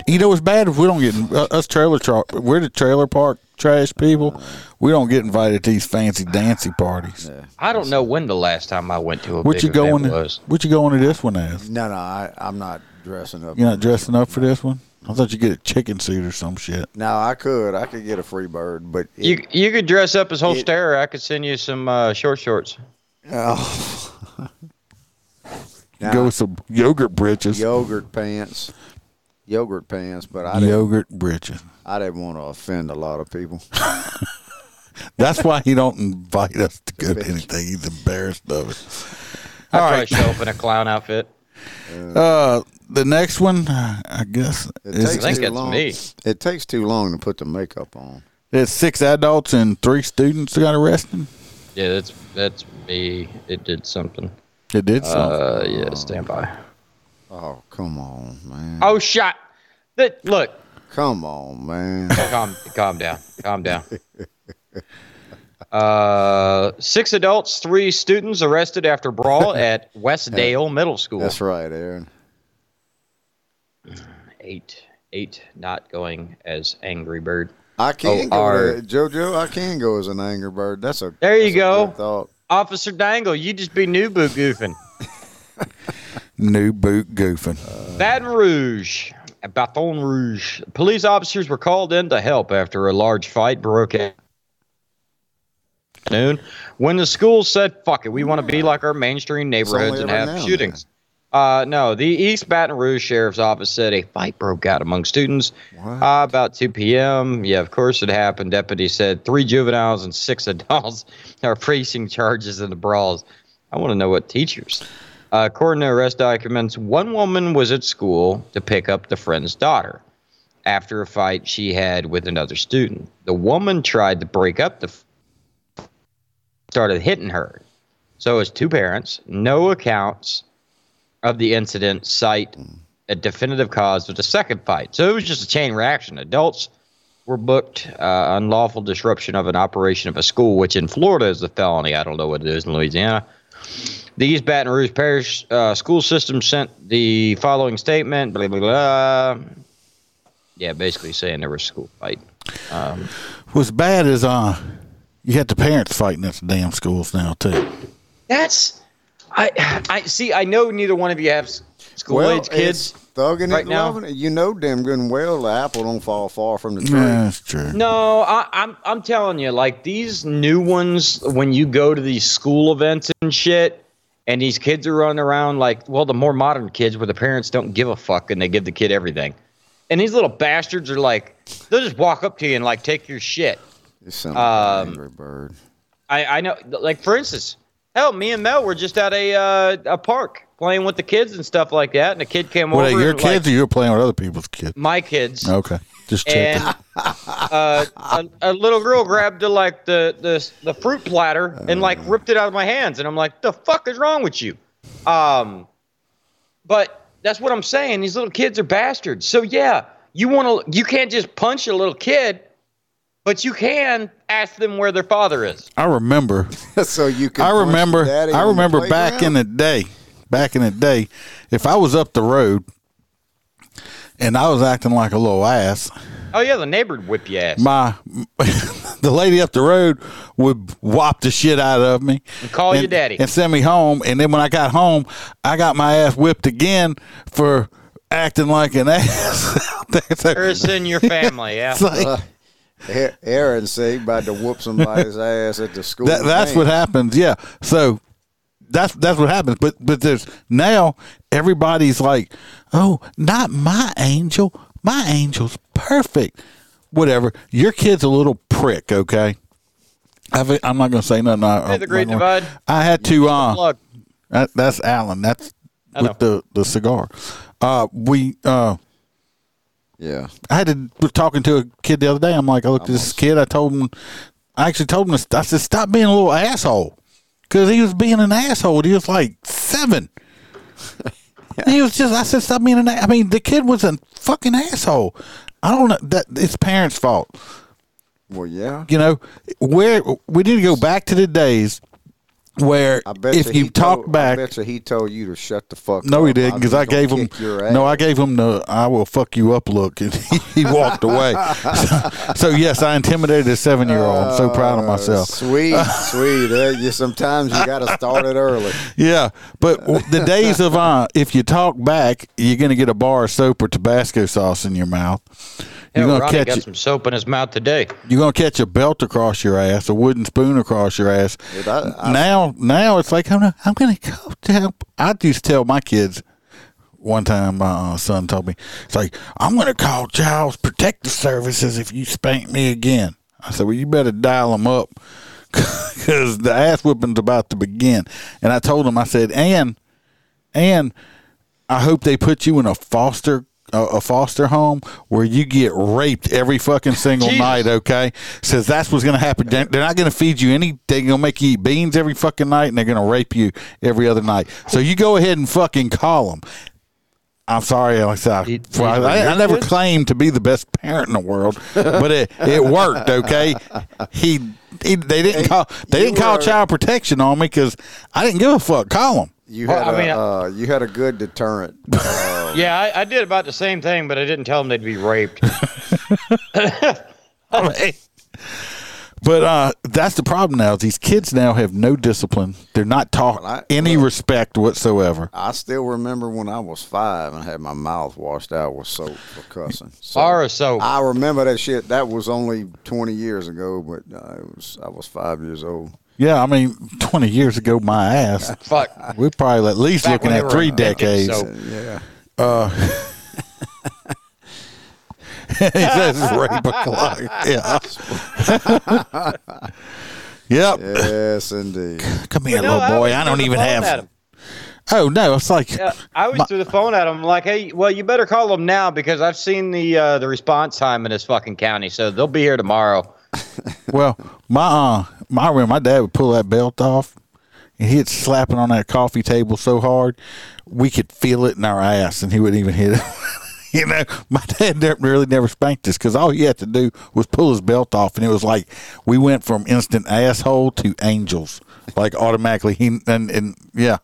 You know what's bad if we don't get uh, us trailer tra- we're the trailer park trash people. We don't get invited to these fancy dancy parties.
I don't know when the last time I went to a
What
big
you going?
event
To,
was.
what you going to this one as?
No, no, I, I'm not dressing up.
You're not dressing up for this one. I thought you get a chicken suit or some shit.
No, I could, I could get a free bird, but it-
You you could dress up as whole
It-
stare. I could send you some uh, short shorts.
oh,
Go
Nah.
with some yogurt britches.
yogurt pants, yogurt pants, but I didn't,
Yogurt britches.
I didn't want to offend a lot of people.
That's why he don't invite us to go to anything. He's embarrassed of it.
I'd
All
probably
right.
show up in a clown outfit.
Uh, the next one, I guess, is
long. It takes too long to put the makeup on.
It's six adults and three students got arrested.
Yeah, that's that's me. It did something.
It did something.
Uh, yeah, stand by.
Oh, come on, man.
Oh shot! That look.
Come on, man.
Calm, calm down. Calm down. Uh, six adults, three students arrested after brawl at Westdale Middle School.
That's right, Aaron.
Eight, eight not going as Angry Bird.
I can
Oh,
go,
our-
to- JoJo. I can go as an angry bird. That's a
There you
that's a
go,
good thought.
Officer Dangle. You just be new boot goofing.
New boot goofing.
Baton Rouge. Baton Rouge. Police officers were called in to help after a large fight broke out. Noon, when the school said, "Fuck it, we want to be like our mainstream neighborhoods and
every
have
now and
shootings." Uh, no, the East Baton Rouge Sheriff's Office said a fight broke out among students uh, about 2 p.m. Yeah, of course it happened. Deputy said three juveniles and six adults are facing charges in the brawls. I want to know what teachers. Uh, according to arrest documents, one woman was at school to pick up the friend's daughter after a fight she had with another student. The woman tried to break up the f- started hitting her. So it's two parents, no accounts of the incident cite a definitive cause of the second fight. So it was just a chain reaction. Adults were booked uh, unlawful disruption of an operation of a school, which in Florida is a felony. I don't know what it is in Louisiana. The East Baton Rouge Parish uh, School System sent the following statement. Blah blah blah. Yeah, basically saying there was a school fight. Um,
What's bad is uh, you got the parents fighting at the damn schools now too.
That's I I see. I know neither one of you have s- school
Well,
age kids.
it's thugging
right
it,
now.
loving it. You know damn good and well the apple don't fall far from the tree.
Yeah, that's true.
No, I, I'm I'm telling you, like these new ones, when you go to these school events and shit, and these kids are running around like, well, the more modern kids where the parents don't give a fuck and they give the kid everything, and these little bastards are like, they'll just walk up to you and like take your shit.
It's something
Um,
angry bird.
I, I know, like for instance, hell, me and Mel were just at a uh, a park playing with the kids and stuff like that, and a kid came
Were
over.
they your
and, like,
kids Oh, or you're playing with other people's kids?
my kids.
Okay, just checking.
and uh, a, a little girl grabbed the like the the the fruit platter and like
Uh.
ripped it out of my hands, and I'm like, the fuck is wrong with you? Um, but that's what I'm saying. These little kids are bastards. So yeah, you want to you can't just punch a little kid, but you can ask them where their father is.
I remember.
so you could
I
punch your
remember.
daddy
I
on the
remember back in the day. Back in the day, if I was up the road and I was acting like a little ass,
Oh yeah, the neighbor would whip your ass.
my the lady up the road would whop the shit out of me and
call your daddy.
and send me home and then when i got home i got my ass whipped again for acting like an ass That's like-
Curse in your family, yeah.
It's like-
Uh, A- Aaron say about to whoop somebody's ass at the school.
that, that's what
thing.
happens yeah so that's that's what happens but but there's now everybody's like oh not my angel my angel's perfect whatever your kid's a little prick okay I've, i'm not going to say nothing I,
Hey, the great
I'm not
divide.
gonna- I had to uh,
Plug.
That, that's Alan. That's
I
with the the cigar. Uh, we uh,
yeah.
I had to was talking to a kid the other day. I'm like, I looked at this kid. I told him, I actually told him, to, I said, stop being a little asshole, because he was being an asshole. He was like seven. He was just. I said, stop being an. a-" I mean, the kid was a fucking asshole. I don't know that it's parents' fault.
Well, yeah.
You know, where we need to go back to the days where
I bet
if
he
you talk
told,
back,
I bet you he told you to shut the fuck up.
No, he didn't
I'm
because
just
I
Oh, gonna
gave him.
kick your ass.
No, I gave him the "I will fuck you up" look, and he walked away. so, so, yes, I intimidated a seven-year-old. I'm so
Oh,
proud of myself.
Uh, Sweet, sweet. Uh, you, sometimes you got to start it early.
Yeah, but w- the days of uh, if you talk back, you're gonna get a bar of soap or Tabasco sauce in your mouth. You're
Hell,
gonna
Ronnie
catch.
got some soap in his mouth today.
You're gonna catch a belt across your ass, a wooden spoon across your ass.
Dude, I- I-
now, now it's like I'm gonna, I'm gonna go to help. I used to tell my kids. One time, my uh, son told me, "It's like I'm gonna call Child Protective Services if you spank me again." I said, "Well, you better dial them up, because the ass whipping's about to begin." And I told him, I said, "And, and I hope they put you in a foster." A a foster home where you get raped every fucking single
Jesus.
night, okay? Says that's what's going to happen. They're they're not going to feed you any. They're going to make you eat beans every fucking night, and they're going to rape you every other night. So you go ahead and fucking call them. I'm sorry, Alex. I, for- I,
were
I
your
never
kids?
claimed to be the best parent in the world, but it, it worked. Okay, he, he they didn't call they
you
didn't call
were-
child protection on me because I didn't give a fuck. Call them.
You
Well,
had
I mean,
a, uh, you had a good deterrent.
Yeah, I, I did about the same thing, but I didn't tell them they'd be raped.
Oh.
But uh, that's the problem now. is These kids now have no discipline. They're not taught any respect whatsoever.
I still remember when I was five and had my mouth washed out with soap for cussing.
Or soap.
I remember that shit. That was only 20 years ago, but uh, it was, I was five years old.
Yeah, I mean, 20 years ago, my ass.
Fuck.
We're probably at least
Back
looking
when
at
they
three
were invented,
decades.
so- Yeah.
Uh, he says it's rape o'clock. Yeah. yep.
Yes, indeed.
Come here,
But no,
little
I
boy.
always
I,
threw
don't
the
even
phone at
have.
him.
Oh, no. It's like,
Yeah, I always threw the phone at him like, "Hey, well, you better call them now because I've seen the uh, the response time in this fucking county, so they'll be here tomorrow."
well, my uh, my room, my dad would pull that belt off, and he'd slap it on that coffee table so hard we could feel it in our ass, and he wouldn't even hit it. you know, my dad ne- really never spanked us because all he had to do was pull his belt off, and it was like we went from instant asshole to angels, like automatically. He and and yeah,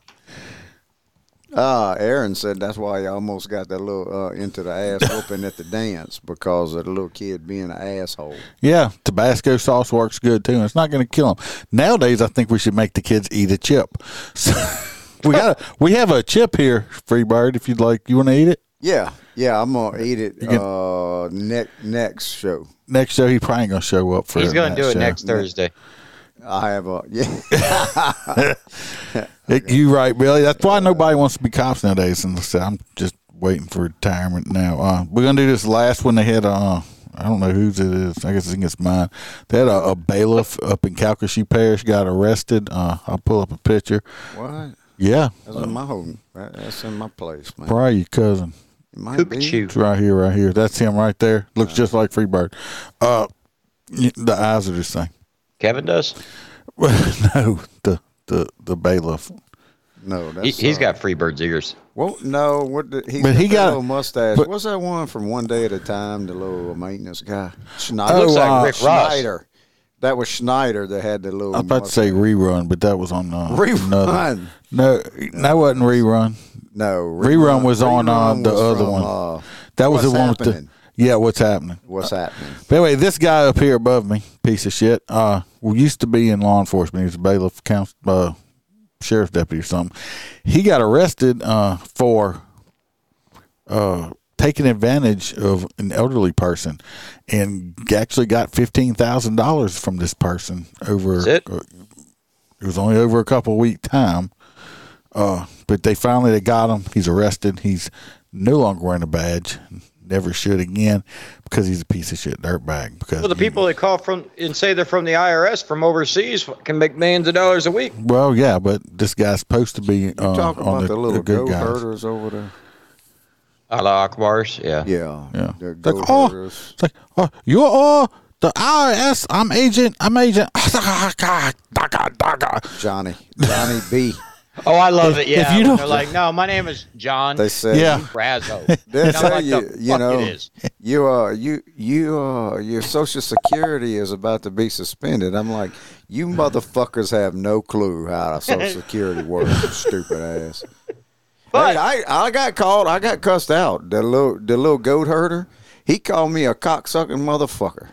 Ah, Aaron said that's why he almost got that little uh, into the ass whooping at the dance because of the little kid being an asshole.
yeah, Tabasco sauce works good too, and it's not going to kill them. Nowadays, I think we should make the kids eat a chip. So we got we have a chip here, Freebird. If you'd like, you want to eat it.
Yeah, yeah, I'm gonna eat it
can-
uh, ne- next show.
Next show, he probably ain't gonna show up for.
He's
going
gonna
to
do it next Thursday.
I have a yeah.
you right, Billy. That's why nobody wants to be cops nowadays. And so I'm just waiting for retirement now. Uh, we're gonna do this last one. They had uh, I don't know whose it is. I guess I think it's mine. They had a, a bailiff up in Calcasieu Parish got arrested. Uh, I'll pull up a picture.
What?
Yeah,
That's in my home. That- That's in my place, man.
probably your cousin.
It might be.
It's right here, right here. That's him right there. Looks just like Freebird. Uh, y- the eyes are the same.
Kevin does.
Well, no, the the the bailiff.
No, that's
He,
he,
he's got Freebird's ears.
Well, no, what the, he's
But
got
he
that
got-
little mustache.
but-
What's that one from One Day at a Time? The little uh, maintenance guy. Schneider.
Oh, Looks like uh, Rick Ross.
Schneider. That was Schneider that had the little.
I was about to
mustache.
say rerun, but that was on uh,
Rerun.
another- No, that wasn't rerun.
No,
rerun, was on uh,
Rerun
the
was
other
from,
one.
uh,
that was the
What's
one with the
Happening?
yeah. What's happening?
What's happening?
But anyway, this guy up here above me, piece of shit, uh, well, used to be in law enforcement. He was a bailiff, counsel, uh, sheriff's deputy or something. He got arrested uh, for uh, taking advantage of an elderly person and actually got $15,000 from this person over.
it?
uh, it was only over a couple of week time. Uh, but they finally they got him. He's arrested. He's no longer wearing a badge. Never should again because he's a piece of shit dirtbag. Because
Well, the people that call from and say they're from the IRS from overseas can make millions of dollars a week.
well, yeah, but this guy's supposed to be uh,
Talk
on
about
the,
the, little
the good
goat
guys.
herders over there.
Allah Akbars. Yeah.
Yeah.
Yeah,
The
it's like,
goat
oh,
herders.
it's like, oh, you're all the IRS. I'm agent. I'm agent. Daga, daga.
Johnny. Johnny B.
Oh, I love it.
If- if
Yeah.
you
when
don't-
they're like, no, my name is John.
They said-
Yeah.
Razzo.
They
And I'm
tell
like,
you,
"The
you
fuck
know,
it is."
you uh, you you uh, your social security is about to be suspended. I'm like, you motherfuckers have no clue how our social security works, you stupid ass. But I, I got called, I got cussed out. The little the little goat herder, he called me a cocksucking motherfucker.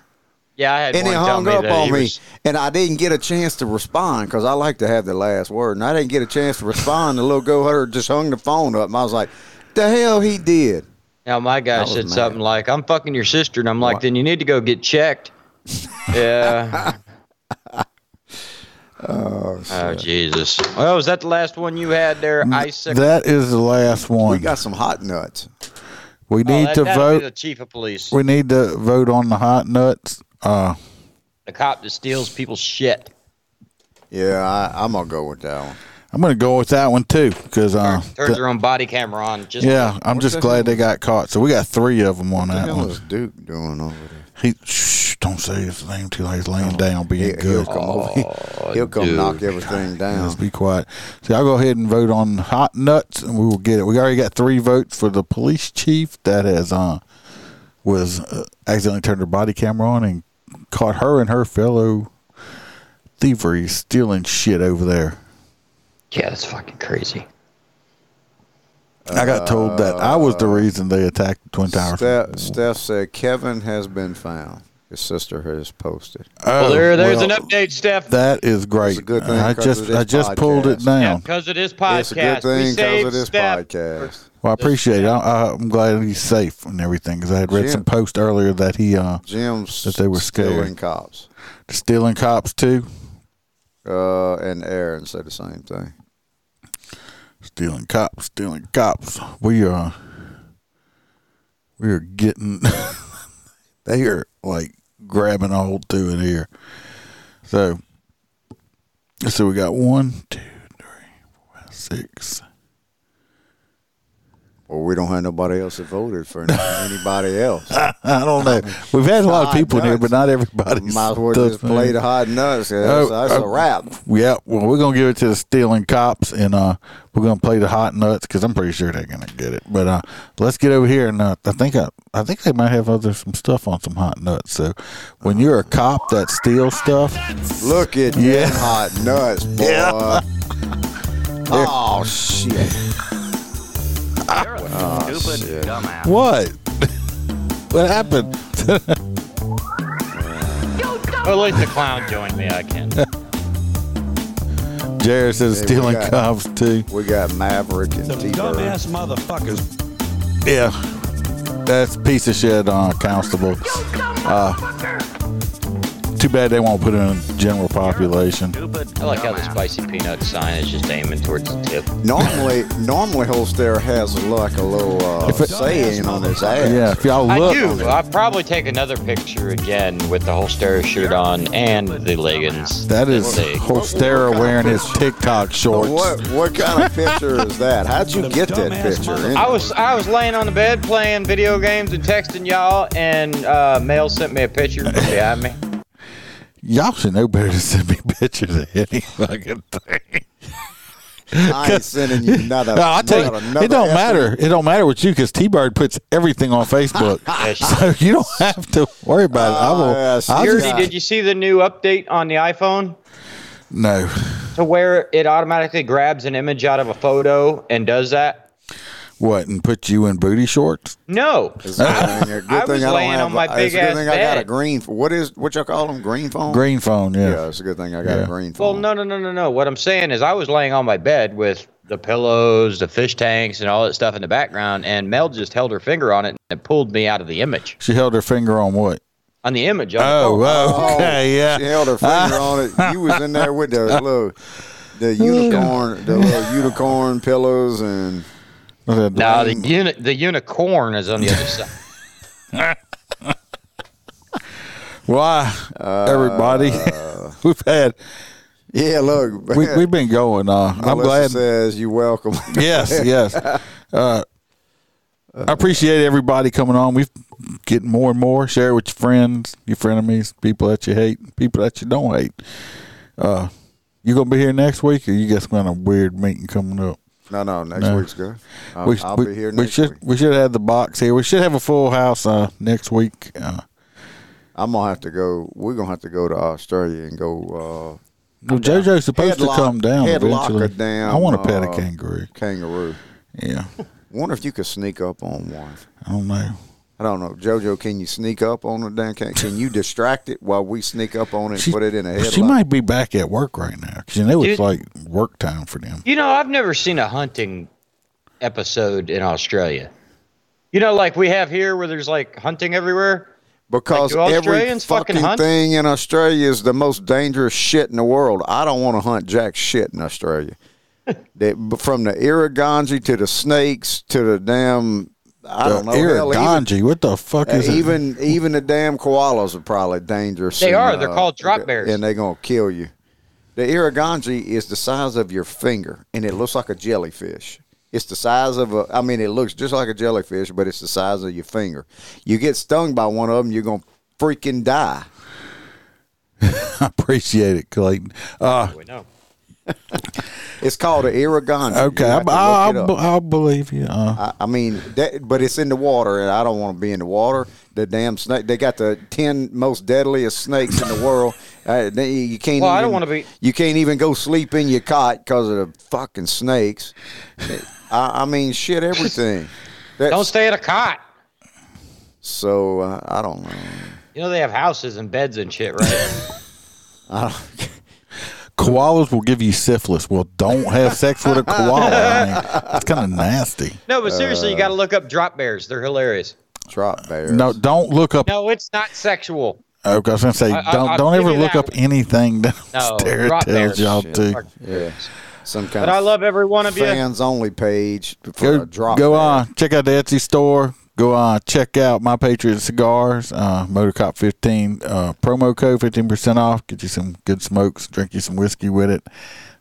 Yeah, I had
And he
one tell
hung
me
up
that
on
he
me,
was-
and I didn't get a chance to respond because I like to have the last word, and I didn't get a chance to respond. The little goat herder just hung the phone up, and I was like, "The hell he did."
Now my
I
guy
was
said
mad.
something like, "I'm fucking your sister," and I'm like, "Then you need to go get checked." yeah.
Oh,
Oh Jesus. Oh, is that the last one you had there?
Mm,
Isaac.
That is the last
we
one.
got some hot nuts.
Oh,
We need
that-
to
that'll
vote.
Be the chief of police,
We need to vote on the hot nuts. Uh,
the cop that steals people's shit.
Yeah, I, I'm gonna go with that one.
I'm going to go with that one too because
Oh,
uh,
Turns
th-
their own body camera on. Just
yeah, I'm just glad they got caught. So we got three of them on
What the
that
hell
one.
is Duke doing over there?
He, shh, Shh, don't say his name till he's laying down being
He-
good.
Oh, he'll come
Oh,
over. He'll come knock everything down.
Just be quiet. So y'all go ahead and vote on hot nuts, and we will get it. We already got three votes for the police chief that has uh was uh, accidentally turned her body camera on and caught her and her fellow thievery stealing shit over there.
Yeah, that's fucking crazy.
I got told that I was the reason they attacked the Twin Towers.
Steph, Steph said Kevin has been found. His sister has posted.
well, there, there's an update, Steph.
Oh, That is great.
good thing
I
'cause of
just
this
I just pulled it
podcast.
down.
Because of this podcast.
It's a good
we
thing because
saved
of this
Steph.
podcast.
Well, I appreciate it. I, I'm glad he's safe and everything because I had read
Jim-
some post earlier that he uh
Jim's
that they were scared.
stealing cops.
Stealing cops too.
Uh, and Aaron said the same thing.
Stealing cops. Stealing cops. We are we are getting they are like grabbing a hold to it here. So so we got one, two, three, four, five, six.
Well, we don't have nobody else that voted for anybody else.
I, I don't know. We've had a lot of
Hot
people in here,
nuts.
but not everybody.
Might as well just play the hot nuts. Yeah,
Oh,
that's- that's a wrap.
Yeah. Well, we're gonna give it to the stealing cops, and uh, we're gonna play the hot nuts because I'm pretty sure they're gonna get it. But uh, let's get over here, and uh, I think I, I think they might have other some stuff on some hot nuts. So when you're a cop that steals stuff,
Look at
Yeah.
them hot nuts, boy.
Yeah.
Oh shit. Oh,
stupid
shit.
dumbass.
what? what happened?
Well, at least the clown joined me. I can.
Jared says
Hey, we
stealing
got-
cops too.
We got Maverick and T Bird.
motherfuckers. Yeah, that's piece of shit, uh, constable. Uh, too bad they won't put it in general population.
I like how the spicy peanut sign is just aiming towards the tip.
Normally, normally Holster has like a little uh,
If it-
saying on his ass.
Yeah, if y'all
I
look,
do. I'll probably take another picture again with the whole stereo shirt on and the leggings.
that is
They-
Holstera wearing his TikTok shorts.
What what kind of picture is that? How'd you get that picture?
I was I was laying on the bed playing video games and texting y'all, and uh, Mel sent me a picture from behind me.
Y'all should know better than send me pictures of any fucking thing.
I ain't sending you another.
No, I tell
not
you,
another
it don't
effing-
matter. It don't matter with you because T Bird puts everything on Facebook, so you don't have to worry about it. I will.
Ah,
I'll
Security,
just-
did you see the new update on the iPhone
no,
to where it automatically grabs an image out of a photo and does that?
what and put you in booty shorts?
No.
It's a good thing, a good
I was
thing I don't
laying
have.
on my
a- it's a
big
good
ass
thing I got a
bed.
green. What is what y'all call them? Green phone.
Green phone, yeah.
Yeah, it's a good thing I got
Yeah.
a green phone.
Well, no, no, no, no, no. What I'm saying is, I was laying on my bed with the pillows, the fish tanks, and all that stuff in the background, and Mel just held her finger on it and it pulled me out of the image.
She held her finger on what?
On the image. On the
Oh,
phone.
whoa, okay, yeah. Ah.
She held her finger on it. You was in there with the little, the unicorn, the little unicorn pillows and.
No, the uni- the unicorn is on the other side.
Why,
Uh,
everybody? we've had,
Yeah, look.
we, we've been going. Uh, I'm
Melissa
glad.
Says you welcome.
yes, yes. Uh, I appreciate everybody coming on. We've getting more and more. Share it with your friends, your frenemies, people that you hate, people that you don't hate. Uh, you gonna be here next week, or you just got a weird meeting coming up?
No, no, next
No.
week's good. I'll,
we,
I'll
we-
be here
we
next
should
week.
we should have the box here. We should have a full house uh, next week. Uh,
I'm gonna have to go. We're gonna have to go to Australia and go. Uh,
well, JoJo's supposed
headlock-
to come down
headlock
eventually.
her down.
I want to pet a
uh,
kangaroo.
Kangaroo.
Yeah,
Wonder if you could sneak up on one.
I don't know.
I don't know, JoJo. Can you sneak up on a damn can? Can you distract it while we sneak up on it? and
She-
put it in a headlock.
She might be back at work right now because you know it's
Dude.
like work time for them.
You know, I've never seen a hunting episode in Australia. You know, like we have here, where there's like hunting everywhere.
Because
Like, do
every
Australians fucking
fucking
hunt?
thing in Australia is the most dangerous shit in the world. I don't want to hunt jack shit in Australia. they, but from the irriganji to the snakes to the damn, I don't know. hell, even-
Irriganji, what the fuck is
uh,
it?
even even the damn koalas are probably dangerous.
They
and, uh,
are. They're called drop bears.
and they're gonna kill you. The irriganji is the size of your finger, and it looks like a jellyfish. It's the size of a. I mean, it looks just like a jellyfish, but it's the size of your finger. You get stung by one of them, you're gonna freaking die.
I appreciate it, Clayton. Uh, we know.
it's called an irrigani.
Okay, I, I, I, I believe you. Uh,
I, I mean, that, but it's in the water, and I don't want to be in the water. The damn snake. They got the ten most deadliest snakes in the world. Uh, they, you can't.
Well,
even,
I don't want to be.
You can't even go sleep in your cot because of the fucking snakes. I, I mean, shit, everything.
That's, don't stay in a cot.
So uh, I don't know.
You know they have houses and beds and shit, right?
I don't.
koalas will give you syphilis. Well, don't have sex with a koala. I mean, it's kind of nasty.
No, but seriously, uh, you got to look up drop bears. They're hilarious.
Drop bears.
No, don't look up.
No, it's not sexual.
Okay, I was gonna say I, don't I, don't ever look up one. anything that no, Tara tells bears. y'all Shit. to.
Yeah. Some kind
but I love every one of you.
fans Fans only page go,
Go bear. on, check out the Etsy store. Go on, check out my Patriot cigars, uh, MotorCop 15 uh, promo code, 15% off. Get you some good smokes, drink you some whiskey with it.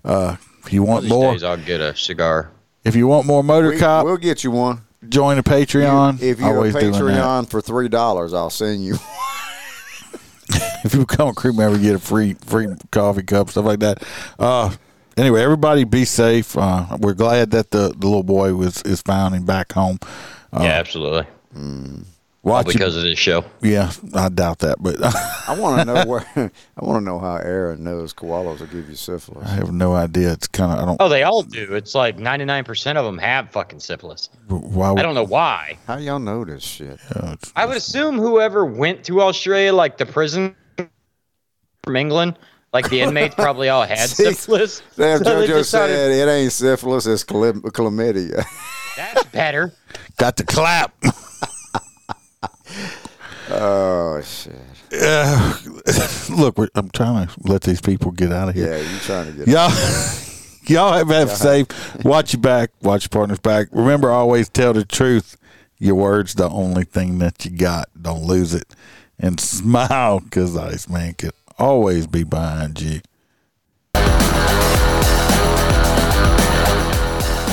Uh, if you want more,
days I'll get a cigar.
If you want more MotorCop,
we, will get you one.
Join a Patreon.
You, if you're Always a Patreon for three dollars, I'll send you.
if you become a crew member, you get a free free coffee cup, stuff like that. Uh, anyway, everybody be safe. Uh, we're glad that the, the little boy was is found and back home.
Oh.
Uh,
yeah, absolutely. Mm, watch All because it. of this show.
Yeah, I doubt that, but
I want to know where. I want to know how Aaron knows koalas will give you syphilis.
I have no idea. It's kind of I don't.
Oh, they all do. It's like ninety nine percent of them have fucking syphilis. Why? Would, Oh, I don't know why.
How y'all know this shit?
Yeah, it's,
I would assume whoever went to Australia, like the prison from England, like the inmates probably all had syphilis.
Damn, so JoJo said it ain't syphilis, it's chlam- chlamydia.
That's better.
Got the clap.
oh shit.
Uh, look, I'm trying to let these people get out of
here. Yeah, you trying to get
y'all. y'all have, have safe. Watch your back. Watch your partners back. Remember, always tell the truth. Your words, the only thing that you got. Don't lose it, and smile, cause Iceman can always be behind you.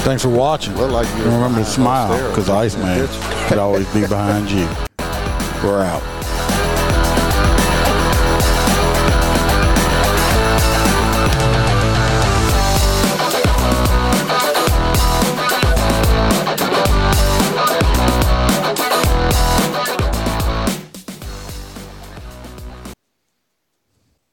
Thanks for watching.
Look like you
remember to smile because Iceman could always be behind you. We're out.